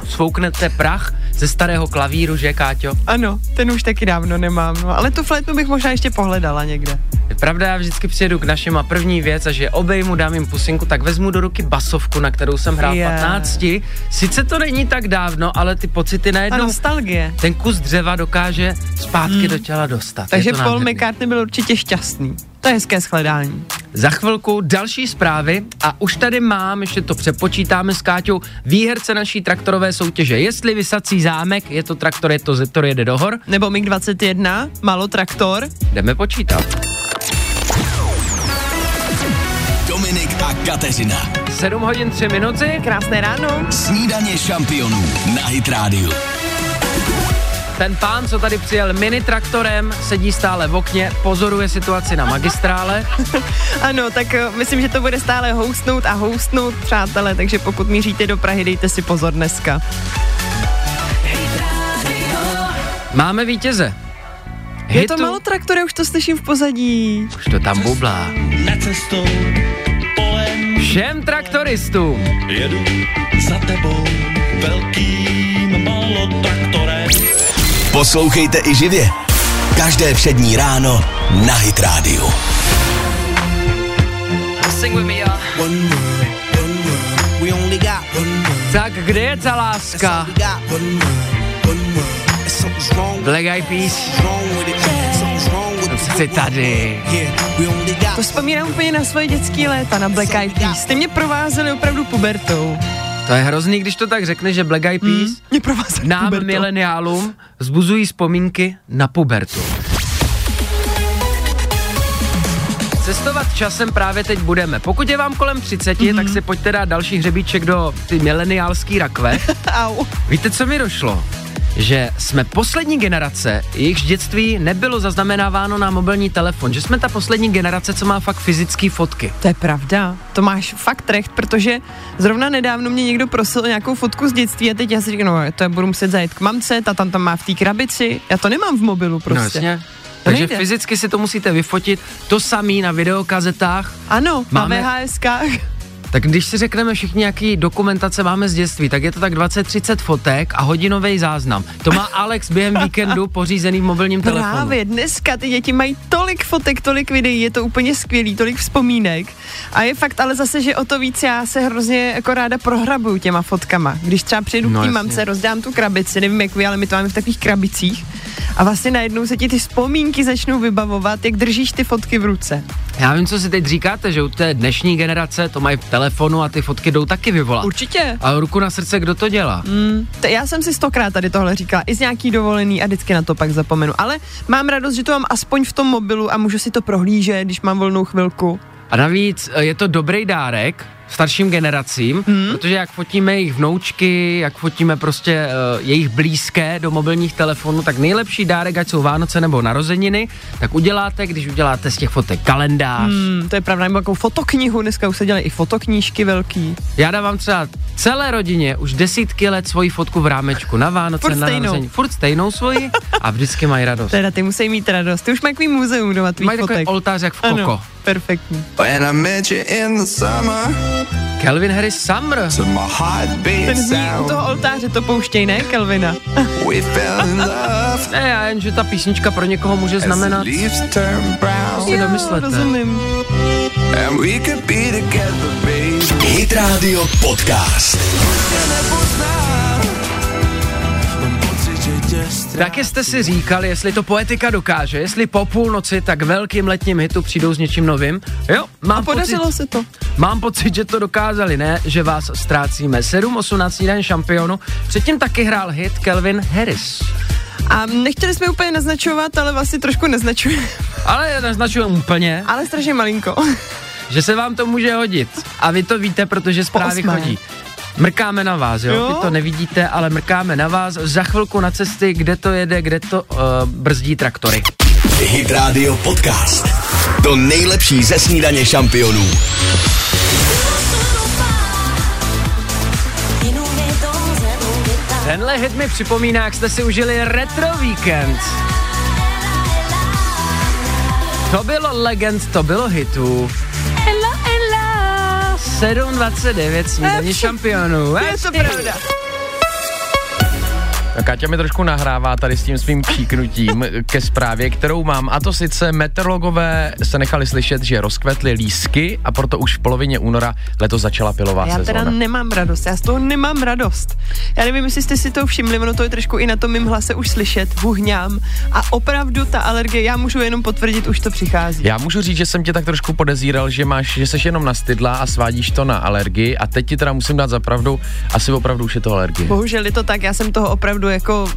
[SPEAKER 2] svouknete prach ze starého klavíru, že Káťo?
[SPEAKER 3] Ano, ten už taky dávno nemám, no, ale tu flétnu bych možná ještě pohledala někde.
[SPEAKER 6] No.
[SPEAKER 2] Je Pravda, já vždycky přijedu k našim a první věc, a že obejmu, dám jim pusinku, tak vezmu do ruky basovku, na kterou jsem hrál v
[SPEAKER 3] Je.
[SPEAKER 2] 15. Sice to není tak dávno, ale ty pocity
[SPEAKER 3] Ta
[SPEAKER 2] najednou
[SPEAKER 3] nostalgie.
[SPEAKER 2] ten kus dřeva dokáže zpátky do těla dostat.
[SPEAKER 3] Hmm. Takže
[SPEAKER 2] Je to
[SPEAKER 3] Paul
[SPEAKER 2] nádherný.
[SPEAKER 3] McCartney byl určitě šťastný. To je hezké shledání.
[SPEAKER 2] Za chvilku další zprávy a už tady mám, ještě to přepočítáme s Káťou, výherce naší traktorové soutěže. Jestli vysací zámek, je to traktor, je to zetor, jede do hor,
[SPEAKER 3] Nebo MiG-21, malo traktor.
[SPEAKER 2] jdeme počítat.
[SPEAKER 1] Dominik a Kateřina.
[SPEAKER 2] 7 hodin 3 minuty,
[SPEAKER 3] Krásné ráno.
[SPEAKER 1] Snídaně šampionů na Hit Radio.
[SPEAKER 2] ten pán, co tady přijel mini traktorem, sedí stále v okně, pozoruje situaci na magistrále.
[SPEAKER 3] Ano, tak eh, myslím, že to bude stále houstnout a houstnout, přátelé, takže pokud míříte do Prahy, dejte si pozor dneska.
[SPEAKER 2] Máme vítěze.
[SPEAKER 3] Je to malo traktory, už to slyším v pozadí.
[SPEAKER 2] Už to tam bublá. Všem traktoristům.
[SPEAKER 4] Jedu za tebou velkým malotraktorem.
[SPEAKER 1] Poslouchejte i živě. Každé přední ráno na Hit Radio.
[SPEAKER 2] Tak kde je ta láska? Black Eyed Peas, jsem přece tady.
[SPEAKER 3] To vzpomínám úplně na svoje dětské léta, na Black Eyed Peas. Ty mě provázeli opravdu pubertou.
[SPEAKER 2] To je hrozný, když to tak řekne, že Black Eyed Peas
[SPEAKER 3] Mě provázeli
[SPEAKER 2] nám,
[SPEAKER 3] pubertou.
[SPEAKER 2] mileniálům, zbuzují vzpomínky na pubertu. Cestovat časem právě teď budeme. Pokud je vám kolem 30, mm-hmm. tak si pojďte dát další hřebíček do ty mileniálský rakve.
[SPEAKER 3] Au.
[SPEAKER 2] Víte, co mi došlo? Že jsme poslední generace, jejichž dětství nebylo zaznamenáváno na mobilní telefon, že jsme ta poslední generace, co má fakt fyzické fotky.
[SPEAKER 3] To je pravda, to máš fakt trecht, protože zrovna nedávno mě někdo prosil o nějakou fotku z dětství a teď já si říkám, no to já budu muset zajít k mamce, ta tam, tam má v té krabici, já to nemám v mobilu prostě.
[SPEAKER 2] No jasně. Takže
[SPEAKER 3] nejde.
[SPEAKER 2] fyzicky si to musíte vyfotit, to samý na videokazetách.
[SPEAKER 3] Ano,
[SPEAKER 2] Máme-
[SPEAKER 3] máme... na VHSkách.
[SPEAKER 2] Tak když si řekneme všichni, jaký dokumentace máme z dětství, tak je to tak 20-30 fotek a hodinový záznam. To má Alex během víkendu pořízený v mobilním telefonu.
[SPEAKER 3] Právě dneska ty děti mají tolik fotek, tolik videí, je to úplně skvělý, tolik vzpomínek. A je fakt ale zase, že o to víc já se hrozně jako ráda prohrabuju těma fotkama. Když třeba přijdu
[SPEAKER 2] No,
[SPEAKER 3] no, k té
[SPEAKER 2] jasně.
[SPEAKER 3] mamce, rozdám tu krabici, nevím jak vy, ale my to máme v takových krabicích. A vlastně najednou se ti ty vzpomínky začnou vybavovat, jak držíš ty fotky v ruce.
[SPEAKER 2] Já vím, co si teď říkáte, že u té dnešní generace to mají v telefonu a ty fotky jdou taky vyvolat.
[SPEAKER 3] Určitě.
[SPEAKER 2] A ruku na srdce, kdo to dělá?
[SPEAKER 3] T- já jsem si stokrát tady tohle říkala, i z nějaký dovolený a vždycky na to pak zapomenu. Ale mám radost, že to mám aspoň v tom mobilu a můžu si to prohlížet, když mám volnou chvilku.
[SPEAKER 2] A navíc e, je to dobrý dárek starším generacím,
[SPEAKER 3] Mhm.
[SPEAKER 2] hmm. protože jak fotíme jejich vnoučky, jak fotíme prostě e, jejich blízké do mobilních telefonů, tak nejlepší dárek, ať jsou Vánoce nebo narozeniny, tak uděláte, když uděláte z těch fotek kalendář. Hmm.
[SPEAKER 3] Hmm, to je pravda, nebo jakou fotoknihu, dneska už se dělají i fotoknížky velký.
[SPEAKER 2] Já dávám třeba celé rodině už desítky let svoji fotku v rámečku na Vánoce,
[SPEAKER 3] Furt
[SPEAKER 2] na
[SPEAKER 3] stejnou.
[SPEAKER 2] narození. Furt stejnou svoji a vždycky mají radost.
[SPEAKER 3] Teda ty musí mít radost, ty už mají takový muzeum doma tvých
[SPEAKER 2] Mají takový
[SPEAKER 3] fotek.
[SPEAKER 2] oltář jak v Koko.
[SPEAKER 3] ano, perfektní.
[SPEAKER 4] When I met you in the summer,
[SPEAKER 2] Kelvin Harris Summer.
[SPEAKER 4] to my heartbeat
[SPEAKER 3] Ten zní u
[SPEAKER 4] sound,
[SPEAKER 3] toho oltáře, to pouštěj, ne, Kelvina?
[SPEAKER 4] we fell in love.
[SPEAKER 2] Ne, já jen, že ta písnička pro někoho může
[SPEAKER 4] As the
[SPEAKER 2] znamenat
[SPEAKER 4] leaves turn brown,
[SPEAKER 2] si domyslete.
[SPEAKER 3] rozumím.
[SPEAKER 4] and we could be together, baby.
[SPEAKER 1] Hit Radio Podcast.
[SPEAKER 2] Taky jste si říkali, jestli to poetika dokáže, jestli po půlnoci tak velkým letním hitu přijdou s něčím novým. Jo, mám
[SPEAKER 3] A podařilo
[SPEAKER 2] pocit,
[SPEAKER 3] se to.
[SPEAKER 2] Mám pocit, že to dokázali, ne? Že vás ztrácíme. 7-18 den šampionu. Předtím taky hrál hit Kelvin Harris.
[SPEAKER 3] A nechtěli jsme úplně naznačovat, ale vlastně trošku naznačujeme,
[SPEAKER 2] Ale já naznačuji úplně,
[SPEAKER 3] ale strašně malinko.
[SPEAKER 2] že se vám to může hodit. A vy to víte, protože zprávy
[SPEAKER 3] osmé.
[SPEAKER 2] chodí. Mrkáme na vás, jo?
[SPEAKER 3] Jo.
[SPEAKER 2] Vy to nevidíte, ale mrkáme na vás. Za chvilku na cesty, kde to jede, kde to uh, brzdí traktory.
[SPEAKER 1] Hit Radio Podcast. To nejlepší ze snídaně šampionů.
[SPEAKER 2] Tenhle hit mi připomíná, jak jste si užili retro víkend. To bylo legend, to bylo hitů. 7.29 snídaně šampionů.
[SPEAKER 3] je to pravda.
[SPEAKER 6] A Káťa mi trošku nahrává tady s tím svým příknutím ke zprávě, kterou mám. A to sice meteorologové se nechali slyšet, že rozkvetly lísky a proto už v polovině února letos začala pilová
[SPEAKER 3] Já
[SPEAKER 6] sezóna.
[SPEAKER 3] teda nemám radost, já z toho nemám radost. Já nevím, jestli jste si to všimli, ono to je trošku i na tom mým hlase už slyšet, huhňám a opravdu ta alergie, já můžu jenom potvrdit, už to přichází.
[SPEAKER 6] Já můžu říct, že jsem tě tak trošku podezíral, že máš, že seš jenom nastydlá a svádíš to na alergii a teď ti teda musím dát za pravdu, asi opravdu už je to alergie.
[SPEAKER 3] Bohužel je to tak, já jsem toho opravdu jako...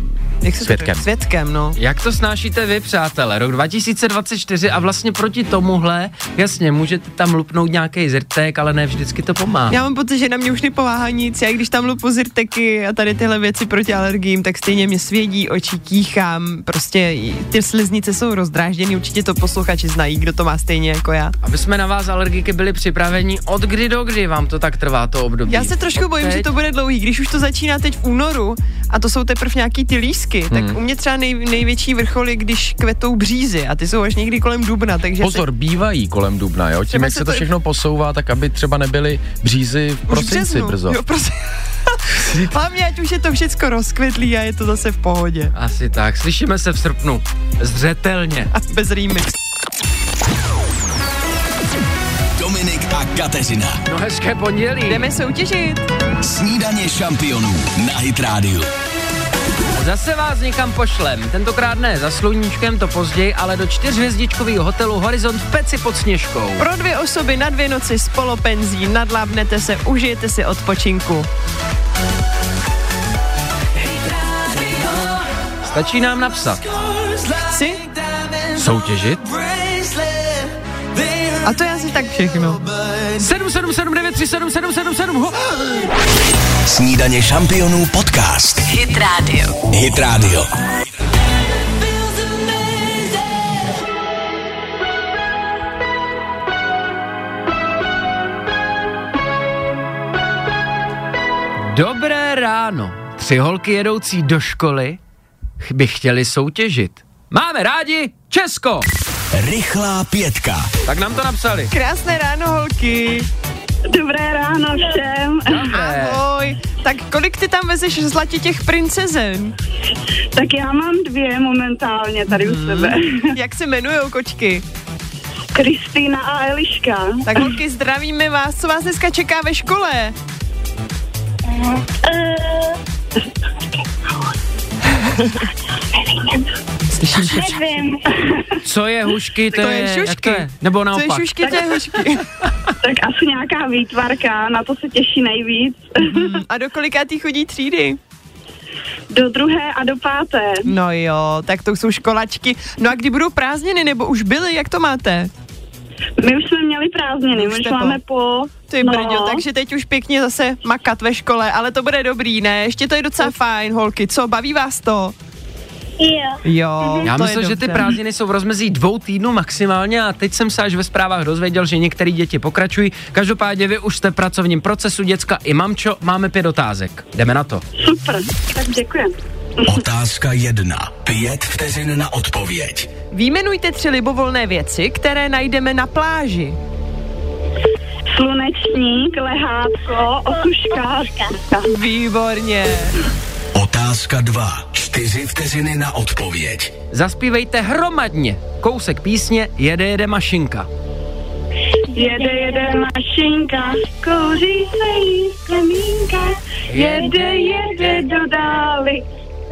[SPEAKER 3] Jak se to
[SPEAKER 6] Svědkem.
[SPEAKER 3] řekne? Svědkem, no.
[SPEAKER 2] Jak to snášíte vy, přátelé? Rok 2024 a vlastně proti tomuhle, jasně, můžete tam lupnout nějaký zrtek, ale ne vždycky to pomáhá.
[SPEAKER 3] Já mám pocit, že na mě už nepomáhá nic. Já i když tam lupu zyrteky a tady tyhle věci proti alergím, tak stejně mě svědí, oči tíchám, prostě ty sliznice jsou rozdrážděny, určitě to posluchači znají, kdo to má stejně jako já.
[SPEAKER 2] Aby jsme na vás alergiky byli připraveni, od kdy do kdy vám to tak trvá to období?
[SPEAKER 3] Já se trošku
[SPEAKER 2] Od
[SPEAKER 3] bojím,
[SPEAKER 2] teď?
[SPEAKER 3] že to bude dlouhý, když už to začíná teď v únoru a to jsou ty nejprv nějaký ty lísky, tak
[SPEAKER 6] Hmm.
[SPEAKER 3] u mě třeba nej, největší vrchol je, když kvetou břízy a ty jsou až někdy kolem dubna, takže
[SPEAKER 6] Pozor, bývají kolem dubna, jo? Tím,
[SPEAKER 3] Třeba
[SPEAKER 6] jak
[SPEAKER 3] se
[SPEAKER 6] se to
[SPEAKER 3] to i-
[SPEAKER 6] všechno posouvá, tak aby třeba nebyly břízy v
[SPEAKER 3] se už v
[SPEAKER 6] prosinci
[SPEAKER 3] březnu,
[SPEAKER 6] brzo.
[SPEAKER 3] Jo, prosím. Hlavně, ať už je to všecko rozkvetlý a je to zase v pohodě.
[SPEAKER 2] Asi tak. Slyšíme se v srpnu. Zřetelně.
[SPEAKER 3] A bez rýmy.
[SPEAKER 1] Dominik a Kateřina.
[SPEAKER 2] No hezké pondělí.
[SPEAKER 3] Jdeme soutěžit.
[SPEAKER 1] Snídaně šampionů na Hit Radio.
[SPEAKER 2] Zase vás někam pošlem. Tentokrát ne za sluníčkem, to později, ale do čtyřhvězdičkového hotelu Horizont v Peci pod Sněžkou.
[SPEAKER 3] Pro dvě osoby na dvě noci s polopenzí nadlábnete se, užijete si odpočinku.
[SPEAKER 2] Stačí nám napsat.
[SPEAKER 3] Chci?
[SPEAKER 2] Soutěžit?
[SPEAKER 3] A to je asi tak všechno.
[SPEAKER 2] 777937777. Ho!
[SPEAKER 1] Snídaně šampionů podcast.
[SPEAKER 8] Hit Radio.
[SPEAKER 1] Hit Radio.
[SPEAKER 2] Dobré ráno. Tři holky jedoucí do školy ch- by chtěli soutěžit. Máme rádi Česko!
[SPEAKER 1] Rychlá pětka.
[SPEAKER 2] Tak nám to napsali.
[SPEAKER 3] Krásné ráno, holky.
[SPEAKER 7] Dobré ráno všem.
[SPEAKER 3] Ahoj. Tak kolik ty tam vezeš z zlatě těch princezen?
[SPEAKER 7] Tak já mám dvě momentálně tady u sebe.
[SPEAKER 3] Jak se jmenujou kočky?
[SPEAKER 7] Kristýna a Eliška.
[SPEAKER 3] Tak holky, zdravíme vás. Co vás dneska čeká ve škole?
[SPEAKER 7] Nevím.
[SPEAKER 2] Co je hušky, to,
[SPEAKER 3] To je šušky.
[SPEAKER 2] jak to je? Nebo
[SPEAKER 6] No
[SPEAKER 3] Co je
[SPEAKER 2] naopak.
[SPEAKER 3] šušky, to je hušky.
[SPEAKER 7] Tak asi nějaká výtvarka, na to se těší nejvíc.
[SPEAKER 3] A do kolika ty chodí třídy?
[SPEAKER 7] Do druhé a do páté.
[SPEAKER 3] No jo, tak to jsou školačky. No a kdy budou prázdniny, nebo už byly, jak to máte?
[SPEAKER 7] My už jsme měli prázdniny,
[SPEAKER 3] Už
[SPEAKER 7] my už
[SPEAKER 3] jste po-
[SPEAKER 7] máme po...
[SPEAKER 3] Ty no. brďo, takže teď už pěkně zase makat ve škole, ale to bude dobrý, ne? Ještě to je docela fajn, holky, co? Baví vás to?
[SPEAKER 7] Jo.
[SPEAKER 3] Jo,
[SPEAKER 2] Já
[SPEAKER 3] to je
[SPEAKER 2] myslím, že ty
[SPEAKER 3] dobře.
[SPEAKER 2] prázdniny jsou v rozmezí dvou týdnů maximálně a teď jsem se až ve zprávách dozvěděl, že některé děti pokračují. Každopádně vy už jste v pracovním procesu, děcka i mamčo, máme pět otázek. Jdeme na to.
[SPEAKER 7] Super, tak děkujem.
[SPEAKER 1] Otázka jedna. Pět vteřin na odpověď.
[SPEAKER 3] Výjmenujte tři libovolné věci, které najdeme na pláži.
[SPEAKER 7] Slunečník, lehátko, osuška.
[SPEAKER 3] Výborně.
[SPEAKER 1] Otázka dva. Čtyři vteřiny na odpověď.
[SPEAKER 2] Zaspívejte hromadně. Kousek písně Jede jede mašinka.
[SPEAKER 7] Jede, jede mašinka, kouří se jí kamínka. Jede, jede do dály,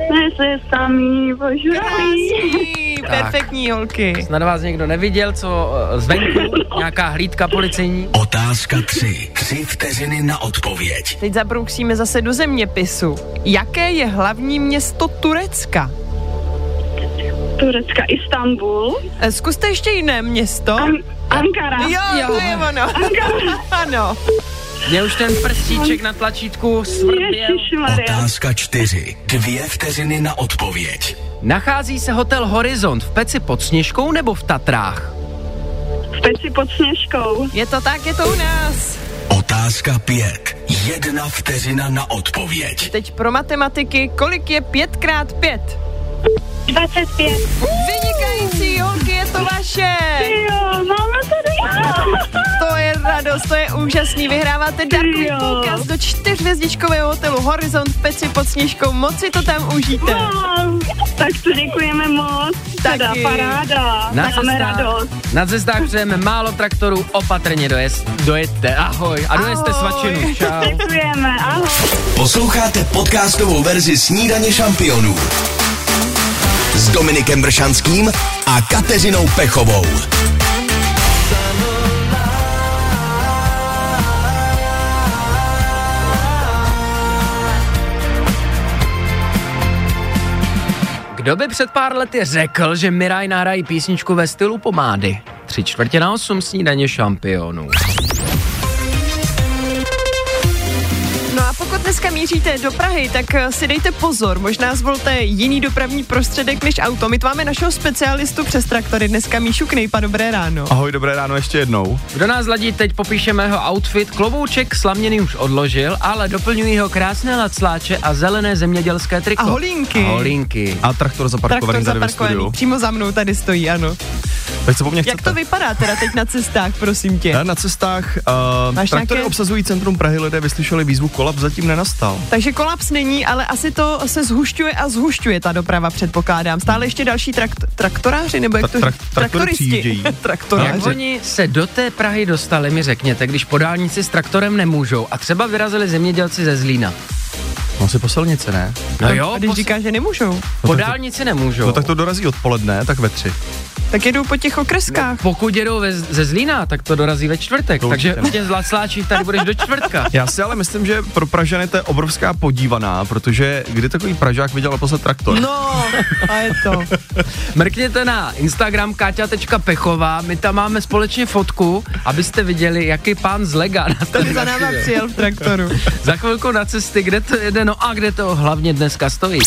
[SPEAKER 7] jsme se samý ožurali.
[SPEAKER 3] Krásný, perfektní holky.
[SPEAKER 2] Snad vás někdo neviděl, co eh, zvenku, nějaká hlídka policejní.
[SPEAKER 1] Otázka tři. Tři vteřiny na odpověď.
[SPEAKER 3] Teď zabrouksíme zase do zeměpisu. Jaké je hlavní město Turecka?
[SPEAKER 7] Turecka, Istanbul,
[SPEAKER 3] Eh, Zkuste ještě jiné město.
[SPEAKER 7] An- Ankara.
[SPEAKER 3] Jo, to je ono. ano.
[SPEAKER 2] Mě už ten prstíček na tlačítku svrběl.
[SPEAKER 7] Ježišmarja.
[SPEAKER 1] Otázka čtyři. Dvě vteřiny na odpověď.
[SPEAKER 2] Nachází se hotel Horizont v Peci pod Sněžkou nebo v Tatrách?
[SPEAKER 7] V peci pod sněžkou.
[SPEAKER 3] Je to tak, je to u nás.
[SPEAKER 1] Otázka pět. Jedna vteřina na odpověď.
[SPEAKER 3] Teď pro matematiky, kolik je 5x5?
[SPEAKER 7] 25.
[SPEAKER 3] Vynikající, holky, je to vaše.
[SPEAKER 7] Jo, máme tady.
[SPEAKER 3] To je radost, to je úžasný. Vyhráváte darkový
[SPEAKER 7] Jo.
[SPEAKER 3] poukaz do čtyřhvězdičkového hotelu Horizont v Peci pod Sněžkou. Moc si to tam užijte.
[SPEAKER 7] Wow, tak to děkujeme moc. Teda
[SPEAKER 3] Taky.
[SPEAKER 7] paráda.
[SPEAKER 2] Na
[SPEAKER 7] Máme
[SPEAKER 2] cestách,
[SPEAKER 7] radost.
[SPEAKER 2] na cestách přejeme málo traktorů, opatrně dojezd, dojezte, ahoj, a dojezte
[SPEAKER 3] Ahoj.
[SPEAKER 2] svačinu, čau.
[SPEAKER 7] Děkujeme, ahoj.
[SPEAKER 1] Posloucháte podcastovou verzi Snídaně šampionů s Dominikem Bršanským a Kateřinou Pechovou.
[SPEAKER 2] Kdo by před pár lety řekl, že Miraj nahrají písničku ve stylu pomády? Tři čtvrtě na osm snídaně šampionů.
[SPEAKER 3] No a pokud dneska míříte do Prahy, tak eh, si dejte pozor, možná zvolte jiný dopravní prostředek než auto. My tu máme našeho specialistu přes traktory, dneska Míšu Knejpa, dobré ráno.
[SPEAKER 9] Ahoj, dobré ráno ještě jednou.
[SPEAKER 2] Kdo nás ladí, teď popíšeme jeho outfit. Klobouček slaměný už odložil, ale doplňují ho krásné lacláče a zelené zemědělské triko.
[SPEAKER 3] A holínky.
[SPEAKER 2] A holínky.
[SPEAKER 9] A traktor zaparkovaný
[SPEAKER 3] Traktor
[SPEAKER 9] tady ve studiu.
[SPEAKER 3] zaparkovaný, přímo za mnou tady stojí, ano.
[SPEAKER 9] Tak co po mně
[SPEAKER 3] Jak to
[SPEAKER 9] chcete?
[SPEAKER 3] vypadá teda teď na cestách, prosím tě?
[SPEAKER 9] Já na cestách uh,
[SPEAKER 3] Máš
[SPEAKER 9] traktory
[SPEAKER 3] nějaké-
[SPEAKER 9] obsazují centrum Prahy, lidé vyslyšeli výzvu kolaps, zatím nenastal.
[SPEAKER 3] Takže kolaps není, ale asi to se zhušťuje a zhušťuje ta doprava, předpokládám. Stále ještě další trakt, traktoráři, nebo jak
[SPEAKER 9] Tra-
[SPEAKER 3] to
[SPEAKER 9] trak- traktory přijíždějí.
[SPEAKER 2] Jak
[SPEAKER 3] Traktoráři.
[SPEAKER 2] oni se do té Prahy dostali, mi řekněte, když po dálnici s traktorem nemůžou a třeba vyrazili zemědělci ze Zlína.
[SPEAKER 9] No si po silnici, ne?
[SPEAKER 2] No jo,
[SPEAKER 3] A když
[SPEAKER 2] po,
[SPEAKER 3] říká, že nemůžou,
[SPEAKER 2] po
[SPEAKER 9] tak to-
[SPEAKER 2] dálnici nemůžou.
[SPEAKER 9] No tak to dorazí odpoledne, tak ve tři.
[SPEAKER 3] tak jedou po těch okreskách.
[SPEAKER 2] Pokud jedou ve, ze Zlína, tak to dorazí ve čtvrtek,
[SPEAKER 9] To
[SPEAKER 2] takže
[SPEAKER 9] určitě ne.
[SPEAKER 2] určitě z Lacláčích tady budeš do čtvrtka.
[SPEAKER 9] Já si ale myslím, že pro Pražany to je obrovská podívaná, protože kdy takový Pražák viděl naposled traktor?
[SPEAKER 3] No, a je to.
[SPEAKER 2] Mrkněte na Instagram kaťa.pechová, my tam máme společně fotku, abyste viděli, jaký pán z Lega na to.
[SPEAKER 3] Tady za náma přijel v traktoru.
[SPEAKER 2] Za chvilku na cesty, kde to jede, no a kde to hlavně dneska stojí.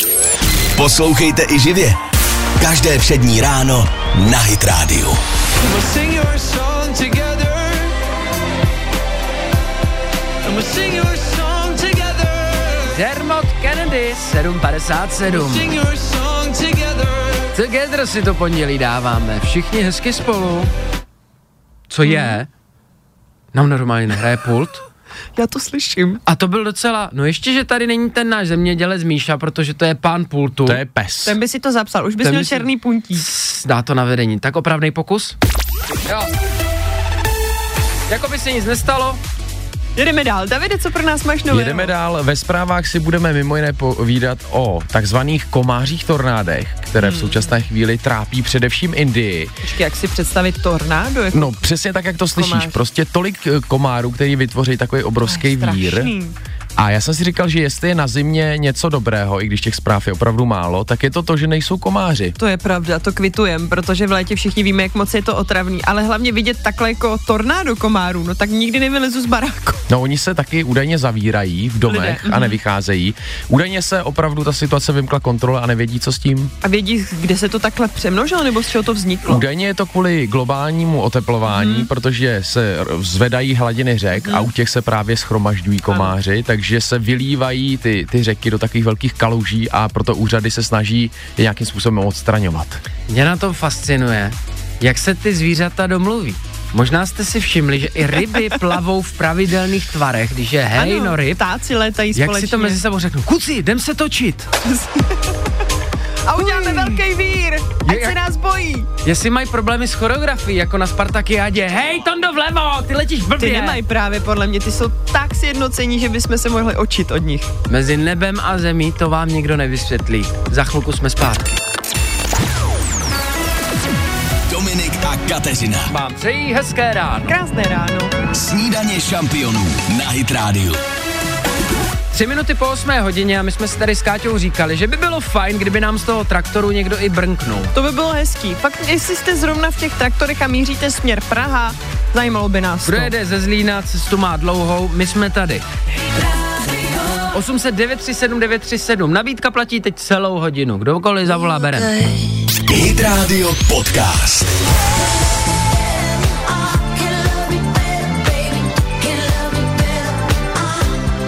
[SPEAKER 1] Poslouchejte i živě. Každé přední ráno na Hit Radio.
[SPEAKER 2] Dermot Kennedy 757. Together si to pondělí dáváme, všichni hezky spolu. Co
[SPEAKER 9] Hmm.
[SPEAKER 2] je? Nám normálně nehraje pult.
[SPEAKER 3] Já to slyším.
[SPEAKER 2] A to byl docela, no ještě, že tady není ten náš zemědělec Míša, protože to je pán pultu.
[SPEAKER 6] To je pes.
[SPEAKER 3] Ten by si to zapsal, už bys
[SPEAKER 2] Ten
[SPEAKER 3] měl
[SPEAKER 2] by si-
[SPEAKER 3] černý puntík.
[SPEAKER 2] Cs, Dá to na vedení. Tak opravný pokus? Jo. Jako by se nic nestalo.
[SPEAKER 3] Jedeme dál. Davide, co pro nás máš nového?
[SPEAKER 6] Jedeme dál, ve zprávách si budeme mimo jiné povídat o takzvaných komářích tornádech, které
[SPEAKER 3] Hmm.
[SPEAKER 6] v současné chvíli trápí především Indii.
[SPEAKER 3] Počkej, jak si představit tornádo? Jako
[SPEAKER 6] No přesně tak, jak to slyšíš,
[SPEAKER 3] Komář.
[SPEAKER 6] prostě tolik eh, komárů, který vytvoří takový obrovský vír.
[SPEAKER 3] strašný.
[SPEAKER 6] A já jsem si říkal, že jestli je na zimě něco dobrého, i když těch zpráv je opravdu málo, tak je to to, že nejsou komáři.
[SPEAKER 3] To je pravda, to kvitujem, protože v létě všichni víme, jak moc je to otravný, ale hlavně vidět takhle jako tornádo komárů, no tak nikdy nevylezu z baráku.
[SPEAKER 6] No oni se taky údajně zavírají v domech
[SPEAKER 3] Lidé, Mhm.
[SPEAKER 6] a nevycházejí. Údajně se opravdu ta situace vymkla kontrole a nevědí, co s tím.
[SPEAKER 3] A vědí, kde se to takhle přemnožilo, nebo z čeho to vzniklo?
[SPEAKER 6] Údajně je to kvůli globálnímu oteplování, hmm. protože se r- zvedají hladiny řek hmm. a u těch se právě schromažďují komáři, ano. takže se vylívají ty, ty řeky do takových velkých kalouží a proto úřady se snaží je nějakým způsobem odstraňovat.
[SPEAKER 2] Mě na tom fascinuje, jak se ty zvířata domluví. Možná jste si všimli, že i ryby plavou v pravidelných tvarech, když je
[SPEAKER 3] Ano,
[SPEAKER 2] hejno no ryb,
[SPEAKER 3] ptáci létají
[SPEAKER 2] jak
[SPEAKER 3] společně.
[SPEAKER 2] si to mezi sebou řeknou, kuci, jdem se točit.
[SPEAKER 3] A uděláme velký vír, ať
[SPEAKER 2] Je-
[SPEAKER 3] se nás bojí.
[SPEAKER 2] Jestli mají problémy s choreografií, jako na Spartakiádě, hej, Tondo vlevo, ty letíš blbě.
[SPEAKER 3] Ty nemají právě, podle mě, ty jsou tak sjednocení, že bychom se mohli očit od nich.
[SPEAKER 2] Mezi nebem a zemí to vám nikdo nevysvětlí. Za chvilku jsme zpátky.
[SPEAKER 1] Dominik a Kateřina.
[SPEAKER 2] Vám přeji hezké ráno.
[SPEAKER 3] Krásné ráno.
[SPEAKER 1] Snídaně šampionů na Hit Radio.
[SPEAKER 2] Tři minuty po 8 hodině a my jsme si tady s Káťou říkali, že by bylo fajn, kdyby nám z toho traktoru někdo i brnknul.
[SPEAKER 3] To by bylo hezký. Fakt, jestli jste zrovna v těch traktorech a míříte směr Praha, zajímalo by nás
[SPEAKER 2] Kdo
[SPEAKER 3] to.
[SPEAKER 2] jede ze Zlína, cestu má dlouhou, my jsme tady. 800-937-937. Nabídka platí teď celou hodinu. Kdokoliv zavolá, berem.
[SPEAKER 1] Hit Radio Podcast.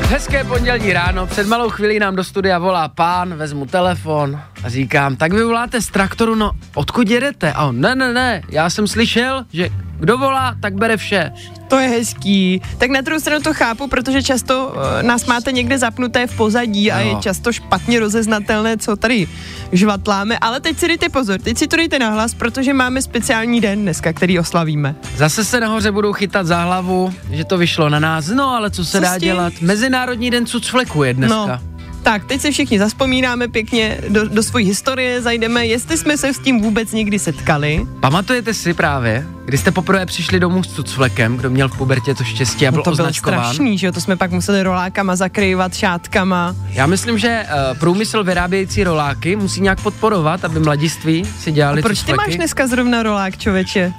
[SPEAKER 2] Hezké pondělí ráno, před malou chvílí nám do studia volá pán, vezmu telefon a říkám, tak vy voláte z traktoru, no odkud jedete? A on, ne, ne, ne, já jsem slyšel, že kdo volá, tak bere vše.
[SPEAKER 3] To je hezký. Tak na druhou stranu to chápu, protože často eh, nás máte někde zapnuté v pozadí a
[SPEAKER 2] No.
[SPEAKER 3] je často špatně rozeznatelné, co tady žvatláme. Ale teď si dejte pozor, teď si to dejte na hlas, protože máme speciální den dneska, který oslavíme.
[SPEAKER 2] Zase se nahoře budou chytat za hlavu, že to vyšlo na nás. No, ale co se
[SPEAKER 3] Co
[SPEAKER 2] dá
[SPEAKER 3] s tím?
[SPEAKER 2] dělat? Mezinárodní den cucfleku je dneska.
[SPEAKER 3] No. Tak, teď se všichni zaspomínáme pěkně do, do svojí historie, zajdeme, jestli jsme se s tím vůbec někdy setkali. No,
[SPEAKER 2] Pamatujete si právě, když jste poprvé přišli domů s cucflekem, kdo měl v pubertě to štěstí a byl
[SPEAKER 3] No to bylo
[SPEAKER 2] označkován?
[SPEAKER 3] strašný, že jo, to jsme pak museli rolákama zakrývat, šátkama.
[SPEAKER 2] Já myslím, že uh, průmysl vyrábějící roláky musí nějak podporovat, aby mladiství si dělali
[SPEAKER 3] Proč ty
[SPEAKER 2] cucfleky.
[SPEAKER 3] máš dneska zrovna rolák, čověče?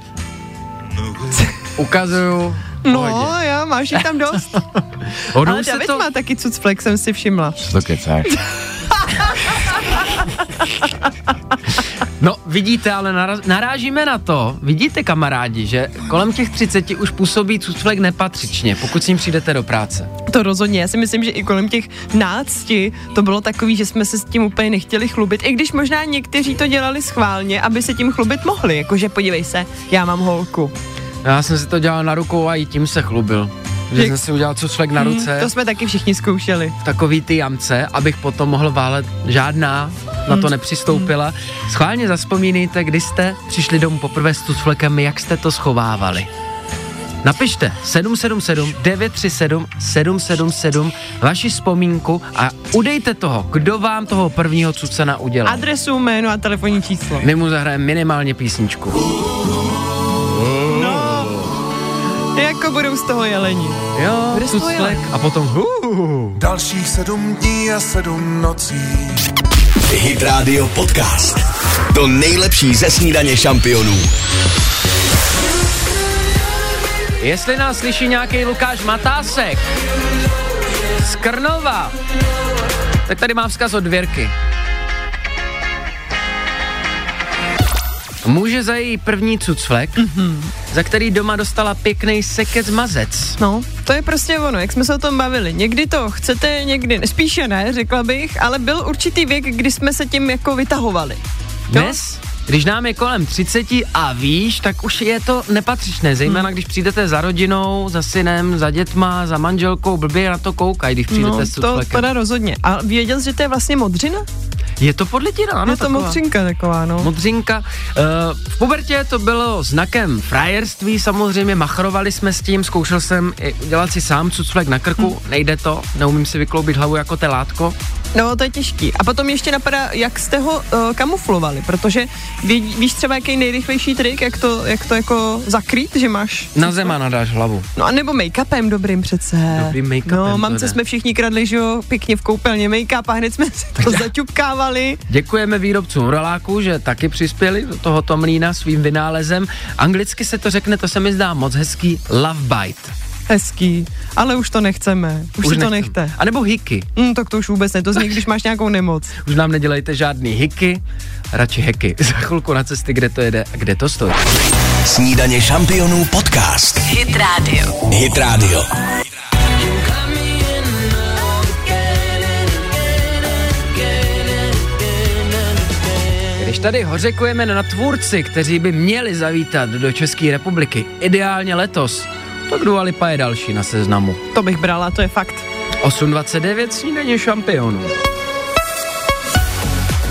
[SPEAKER 2] Ukazuju
[SPEAKER 3] No, já, máš jich tam dost.
[SPEAKER 2] Ono
[SPEAKER 3] Ale
[SPEAKER 2] už se
[SPEAKER 3] David
[SPEAKER 2] to...
[SPEAKER 3] má taky cucflex, jsem si všimla.
[SPEAKER 6] Co to kecáš?
[SPEAKER 2] No, vidíte, ale naraz, narážíme na to, vidíte kamarádi, že kolem těch 30 už působí cucflek nepatřičně, pokud s ním přijdete do práce.
[SPEAKER 3] To rozhodně, já si myslím, že i kolem těch nácti to bylo takový, že jsme se s tím úplně nechtěli chlubit, i když možná někteří to dělali schválně, aby se tím chlubit mohli, jakože podívej se, já mám holku.
[SPEAKER 2] No, Já jsem si to dělal na rukou a i tím se chlubil. Že
[SPEAKER 3] Jak- Hmm,
[SPEAKER 2] jsem si udělal cucflek na ruce,
[SPEAKER 3] To jsme taky všichni zkoušeli.
[SPEAKER 2] v takový ty jamce, abych potom mohl válet. Žádná na to nepřistoupila. Schválně zaspomínejte, kdy jste přišli domů poprvé s cucflekem, jak jste to schovávali. Napište 777 937 777 vaši vzpomínku a udejte toho, kdo vám toho prvního cucena udělal.
[SPEAKER 3] Adresu, jméno a telefonní číslo.
[SPEAKER 2] My mu zahrajeme minimálně písničku.
[SPEAKER 3] Jako budou z toho jeleni.
[SPEAKER 2] Jo,
[SPEAKER 3] Kde jsi to
[SPEAKER 2] cucflek a potom huuuhu.
[SPEAKER 4] Dalších sedm dní a sedm nocí.
[SPEAKER 1] Hit Radio Podcast. To nejlepší ze snídaně šampionů.
[SPEAKER 2] Jestli nás slyší nějaký Lukáš Matásek z Krnova, tak tady má vzkaz od Věrky. Může za její první cucflek, mm-hmm.
[SPEAKER 3] Mhm.
[SPEAKER 2] za který doma dostala pěkný sekec mazec.
[SPEAKER 3] No, to je prostě ono, jak jsme se o tom bavili. Někdy to chcete, někdy ne. Spíše ne, řekla bych, ale byl určitý věk, kdy jsme se tím jako vytahovali.
[SPEAKER 2] Dnes, když nám je kolem 30 a víš, tak už je to nepatřičné,
[SPEAKER 3] Mhm.
[SPEAKER 2] zejména když přijdete za rodinou, za synem, za dětma, za manželkou, blbě na to koukají, když přijdete
[SPEAKER 3] No,
[SPEAKER 2] s
[SPEAKER 3] to
[SPEAKER 2] cucflekem.
[SPEAKER 3] teda rozhodně. A věděl jsi, že to je vlastně modřina?
[SPEAKER 2] Je to podlitina, ano,
[SPEAKER 3] Ano, je to
[SPEAKER 2] taková.
[SPEAKER 3] modřinka taková, no.
[SPEAKER 2] modřinka. Eh, V pubertě to bylo znakem frajerství, samozřejmě machrovali jsme s tím, zkoušel jsem i udělat si sám cucflek na krku, nejde to, neumím si vykloubit hlavu jako telátko.
[SPEAKER 3] No, to je těžký. A potom ještě napadá, jak jste ho uh, kamuflovali, protože vědí, víš třeba, jaký je nejrychlejší trik, jak to, jak to jako zakrýt, že máš...
[SPEAKER 2] Na zema nadáš hlavu.
[SPEAKER 3] No a nebo make-upem dobrým přece.
[SPEAKER 2] Dobrým make-upem
[SPEAKER 3] No,
[SPEAKER 2] to
[SPEAKER 3] mamce
[SPEAKER 2] jde.
[SPEAKER 3] jsme všichni kradli, že jo, pěkně v koupelně make-up a hned jsme se to zaťupkávali.
[SPEAKER 2] Děkujeme výrobcům roláku, že taky přispěli do tohoto mlína svým vynálezem. Anglicky se to řekne, to se mi zdá moc hezký, love bite.
[SPEAKER 3] Hezký, ale už to nechceme. Už, už si
[SPEAKER 2] nechcem.
[SPEAKER 3] to nechte.
[SPEAKER 2] A nebo hiky.
[SPEAKER 3] Mm, tak to už vůbec ne, to zní, když máš nějakou nemoc.
[SPEAKER 2] Už nám nedělejte žádný hiky, radši heky. Za chvilku na cesty, kde to jede a kde to stojí.
[SPEAKER 1] Snídaně šampionů podcast.
[SPEAKER 8] Hit Radio.
[SPEAKER 1] Hit Radio.
[SPEAKER 2] Když tady hořekujeme na tvůrci, kteří by měli zavítat do České republiky, ideálně letos, tak Dua Lipa je další na seznamu.
[SPEAKER 3] To bych brala, to je fakt.
[SPEAKER 2] 8.29 snídaně šampionů.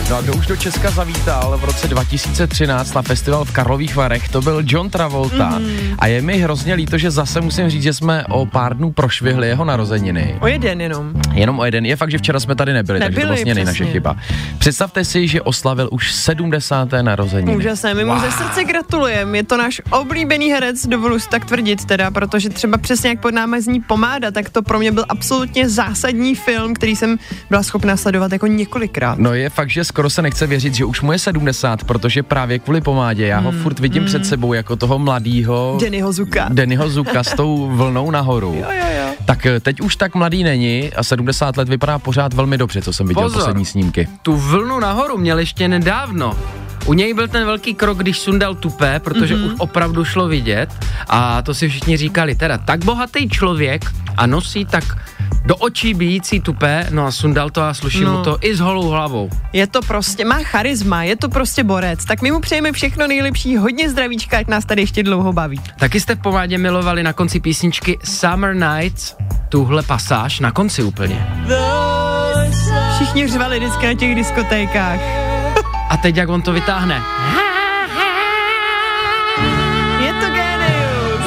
[SPEAKER 6] No a kdo už do Česka zavítal v roce 2013 na festival v Karlových Varech, to byl John Travolta. Mm-hmm. A je mi hrozně líto, že zase musím říct, že jsme o pár dnů prošvihli jeho narozeniny.
[SPEAKER 3] O jeden jenom.
[SPEAKER 6] Jenom o jeden. Je fakt, že včera jsme tady nebyli, takže to
[SPEAKER 3] Nebyli,
[SPEAKER 6] vlastně není naše
[SPEAKER 3] přesně.
[SPEAKER 6] chyba. Představte si, že oslavil už 70. narozeniny.
[SPEAKER 3] Úžasné, my mu ze srdce gratulujeme. Je to náš oblíbený herec, dovolu si tak tvrdit teda, protože třeba přesně jak pod námi zní pomáda, tak to pro mě byl absolutně zásadní film, který jsem byla schopná sledovat jako několikrát.
[SPEAKER 6] No je fakt, že skoro se nechce věřit, že už mu je 70, protože právě kvůli pomádě já ho furt vidím před sebou jako toho mladýho
[SPEAKER 3] Jennyho Zuka.
[SPEAKER 6] Dennyho Zuka s tou vlnou nahoru. Jo, jo, jo. Tak eh, teď už tak mladý není a 70 let vypadá pořád velmi dobře, co jsem viděl
[SPEAKER 2] Pozor.
[SPEAKER 6] poslední snímky.
[SPEAKER 2] Tu vlnu nahoru měl ještě nedávno. U něj byl ten velký krok, když sundal tupé, protože mm-hmm. už opravdu šlo vidět a to si všichni říkali, teda tak bohatý člověk a nosí tak do očí bijící tupé, no a sundal to a sluší no. mu
[SPEAKER 3] No.
[SPEAKER 2] to i s holou hlavou.
[SPEAKER 3] Je to prostě, má charisma, je to prostě borec. Tak my mu přejeme všechno nejlepší, hodně zdravíčka, ať nás tady ještě dlouho baví.
[SPEAKER 2] Taky jste v pomádě milovali na konci písničky Summer Nights, tuhle pasáž na konci úplně.
[SPEAKER 3] Všichni řvali vždycky na těch diskotékách.
[SPEAKER 2] A teď jak on to vytáhne?
[SPEAKER 3] Je to genius.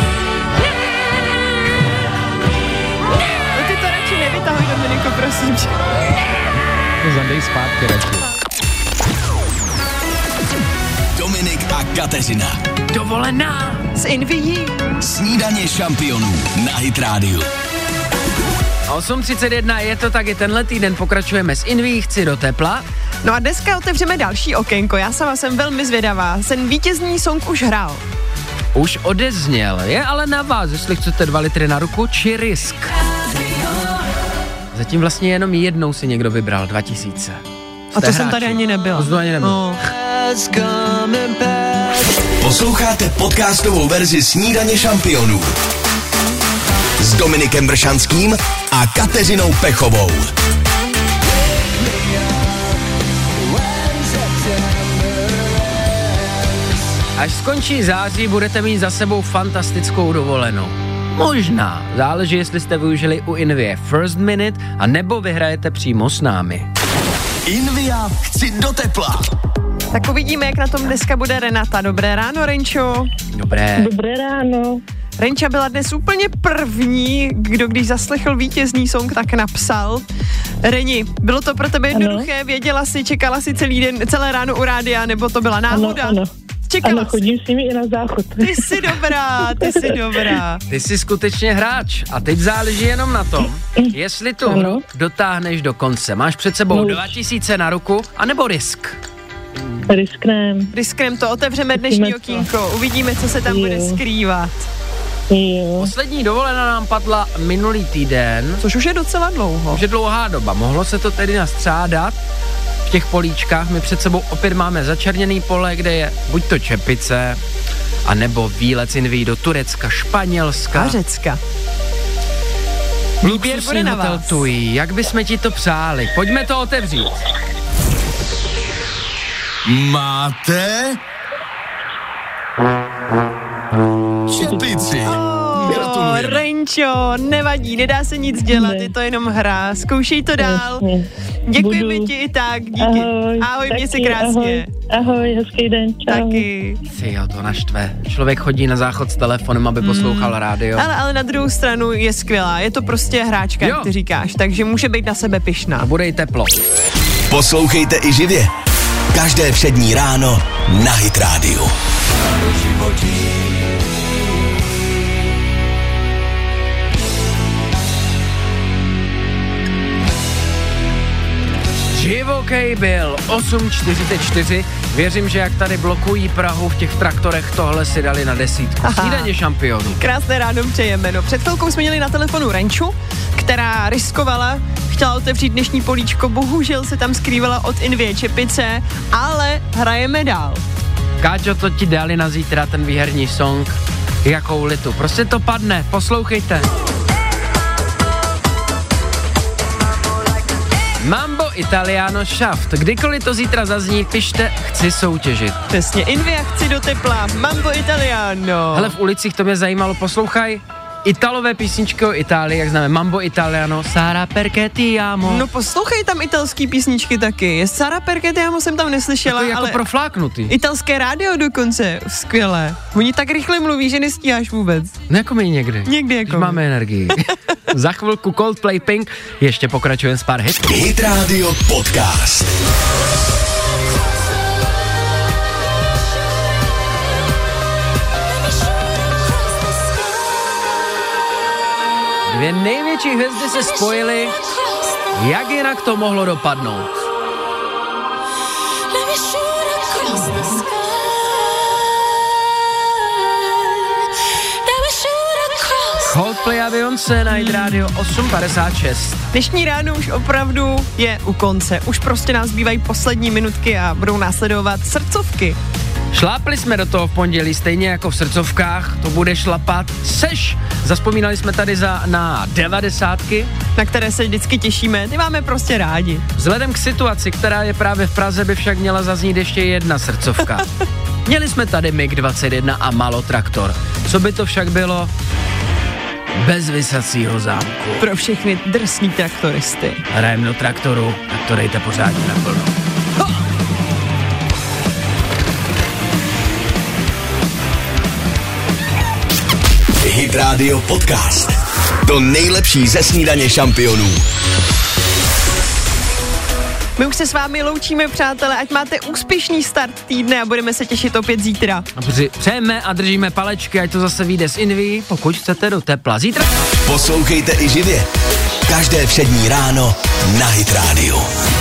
[SPEAKER 3] No ty to radši nevytahuj, Dominiko, prosím tě.
[SPEAKER 6] Zadej zpátky radši.
[SPEAKER 1] Dominik a Kateřina.
[SPEAKER 2] Dovolená!
[SPEAKER 3] S invidí.
[SPEAKER 1] Snídaně šampionů na Hit Radio.
[SPEAKER 2] 8.31 je to tak, i tenhle týden pokračujeme s Inví, chci do tepla.
[SPEAKER 3] No a dneska otevřeme další okénko. Já sama jsem velmi zvědavá. Ten vítězný song už hrál.
[SPEAKER 2] už odezněl. Je ale na vás, jestli chcete dva litry na ruku či risk. Zatím vlastně jenom jednou si někdo vybral 2000.
[SPEAKER 3] A
[SPEAKER 2] Jste
[SPEAKER 3] to jsem tady
[SPEAKER 2] hráči.
[SPEAKER 3] ani nebyla.
[SPEAKER 2] To jsi tu ani nebyla.
[SPEAKER 3] No.
[SPEAKER 1] Posloucháte podcastovou verzi Snídaně šampionů s Dominikem Bršanským a Kateřinou Pechovou.
[SPEAKER 2] Až skončí září, budete mít za sebou fantastickou dovolenou. Možná. Záleží, jestli jste využili u Invie First Minute a nebo vyhrajete přímo s námi.
[SPEAKER 1] Invia chci do tepla.
[SPEAKER 3] Tak uvidíme, jak na tom dneska bude Renata. Dobré ráno, Renčo.
[SPEAKER 2] Dobré.
[SPEAKER 7] Dobré ráno.
[SPEAKER 3] Renča byla dnes úplně první, kdo když zaslechl vítězný song, tak napsal. Reni, bylo to pro tebe jednoduché, ano. věděla jsi, čekala si celý den, celé ráno u rádia, nebo to byla náhoda?
[SPEAKER 7] ano.
[SPEAKER 3] Čekala jsi.
[SPEAKER 7] s nimi i na záchod.
[SPEAKER 3] Ty jsi dobrá, ty jsi dobrá.
[SPEAKER 2] Ty jsi skutečně hráč a teď záleží jenom na tom, jestli tu hru dotáhneš do konce. Máš před sebou 2000 na ruku, anebo risk.
[SPEAKER 7] Risknem.
[SPEAKER 3] Riskrem to otevřeme dnešní
[SPEAKER 7] Uvidíme, co.
[SPEAKER 3] okýnko, uvidíme, co se tam bude
[SPEAKER 7] Jo.
[SPEAKER 3] skrývat.
[SPEAKER 7] Jo.
[SPEAKER 2] Poslední dovolená nám padla minulý týden,
[SPEAKER 3] Což už je docela dlouho.
[SPEAKER 2] což je dlouhá doba. Mohlo se to tedy nastřádat v těch políčkách. My před sebou opět máme začerněný pole, kde je buď to čepice, a nebo výlet z Inví do Turecka, Španělska,
[SPEAKER 3] A Řecka. Výběr bude
[SPEAKER 2] luxusní
[SPEAKER 3] na
[SPEAKER 2] hotel
[SPEAKER 3] vás.
[SPEAKER 2] Tui. Jak bychom ti to přáli? Pojďme to otevřít.
[SPEAKER 4] Máte? Čepici.
[SPEAKER 3] Oh, Renčo, nevadí, nedá se nic dělat, je to jenom hra. Zkoušej to dál. Děkujeme
[SPEAKER 7] Budu.
[SPEAKER 3] ti i tak, díky.
[SPEAKER 7] Ahoj.
[SPEAKER 3] ahoj
[SPEAKER 7] taky,
[SPEAKER 3] mě se krásně.
[SPEAKER 7] Ahoj, ahoj, hezký den, čau.
[SPEAKER 3] Taky.
[SPEAKER 2] Ty jo, to naštve. Člověk chodí na záchod s telefonem, aby poslouchal rádio.
[SPEAKER 3] Hmm. Ale, ale na druhou stranu je skvělá, je to prostě hráčka,
[SPEAKER 2] Jo.
[SPEAKER 3] jak ty říkáš, takže může být na sebe
[SPEAKER 2] A
[SPEAKER 3] pyšná.
[SPEAKER 2] bude jí teplo.
[SPEAKER 1] Poslouchejte i živě. Každé přední ráno na Hit Radio.
[SPEAKER 2] Živokej byl 8.44. Věřím, že jak tady blokují Prahu v těch traktorech, tohle si dali na desítku.
[SPEAKER 3] Aha.
[SPEAKER 2] Snídaně šampionů.
[SPEAKER 3] Krásné ráno přejeme. No, před chvilkou jsme měli na telefonu Renču, která riskovala, chtěla otevřít dnešní políčko, bohužel se tam skrývala od Invě Čepice, ale hrajeme dál.
[SPEAKER 2] Káčo, to ti dali na zítra ten výherní song. Jakou litu. Prostě to padne, poslouchejte. Mambo Italiano Shaft. Kdykoliv to zítra zazní, pište, chci soutěžit.
[SPEAKER 3] Přesně, Invia chci do tepla, Mambo Italiano.
[SPEAKER 2] Hele, v ulicích to mě zajímalo, poslouchaj. Italové písničky o Itálii, jak známe Mambo Italiano, Sara perché ti amo.
[SPEAKER 3] No poslouchej tam italský písničky taky. Je Sara Perketiamo jsem tam neslyšela,
[SPEAKER 2] to je jako
[SPEAKER 3] ale
[SPEAKER 2] profláknutý.
[SPEAKER 3] italské rádio dokonce, skvělé. Oni tak rychle mluví, že nestíháš vůbec.
[SPEAKER 2] No jako my někdy.
[SPEAKER 3] Někdy
[SPEAKER 2] Když
[SPEAKER 3] jako.
[SPEAKER 2] máme energii. Za chvilku Coldplay Pink, ještě pokračujeme s pár hit.
[SPEAKER 1] Hit Radio Podcast.
[SPEAKER 2] Dvě největší hvězdy se spojily, jak jinak to mohlo dopadnout. Coldplay a Beyoncé, Night Radio 8.56.
[SPEAKER 3] Dnešní ráno už opravdu je u konce. Už prostě nás bývají poslední minutky a budou následovat srdcovky.
[SPEAKER 2] Šlápli jsme do toho v pondělí, stejně jako v srdcovkách, to bude šlapat seš. Zaspomínali jsme tady za, na devadesátky,
[SPEAKER 3] na které se vždycky těšíme, ty máme prostě rádi.
[SPEAKER 2] Vzhledem k situaci, která je právě v Praze, by však měla zaznít ještě jedna srdcovka. Měli jsme tady MiG-21 a malotraktor. Co by to však bylo? Bez vysacího zámku.
[SPEAKER 3] Pro všechny drsní traktoristy.
[SPEAKER 2] Hrajem do traktoru, tak to dejte pořádně naplno.
[SPEAKER 1] Hit Radio Podcast. To nejlepší ze snídaně šampionů.
[SPEAKER 3] My už se s vámi loučíme, přátelé, ať máte úspěšný start týdne a budeme se těšit opět zítra.
[SPEAKER 2] A při- Přejeme a držíme palečky, ať to zase vyjde z Inví, pokud chcete do tepla. Zítra
[SPEAKER 1] Poslouchejte i živě. Každé přední ráno na Hit Radio.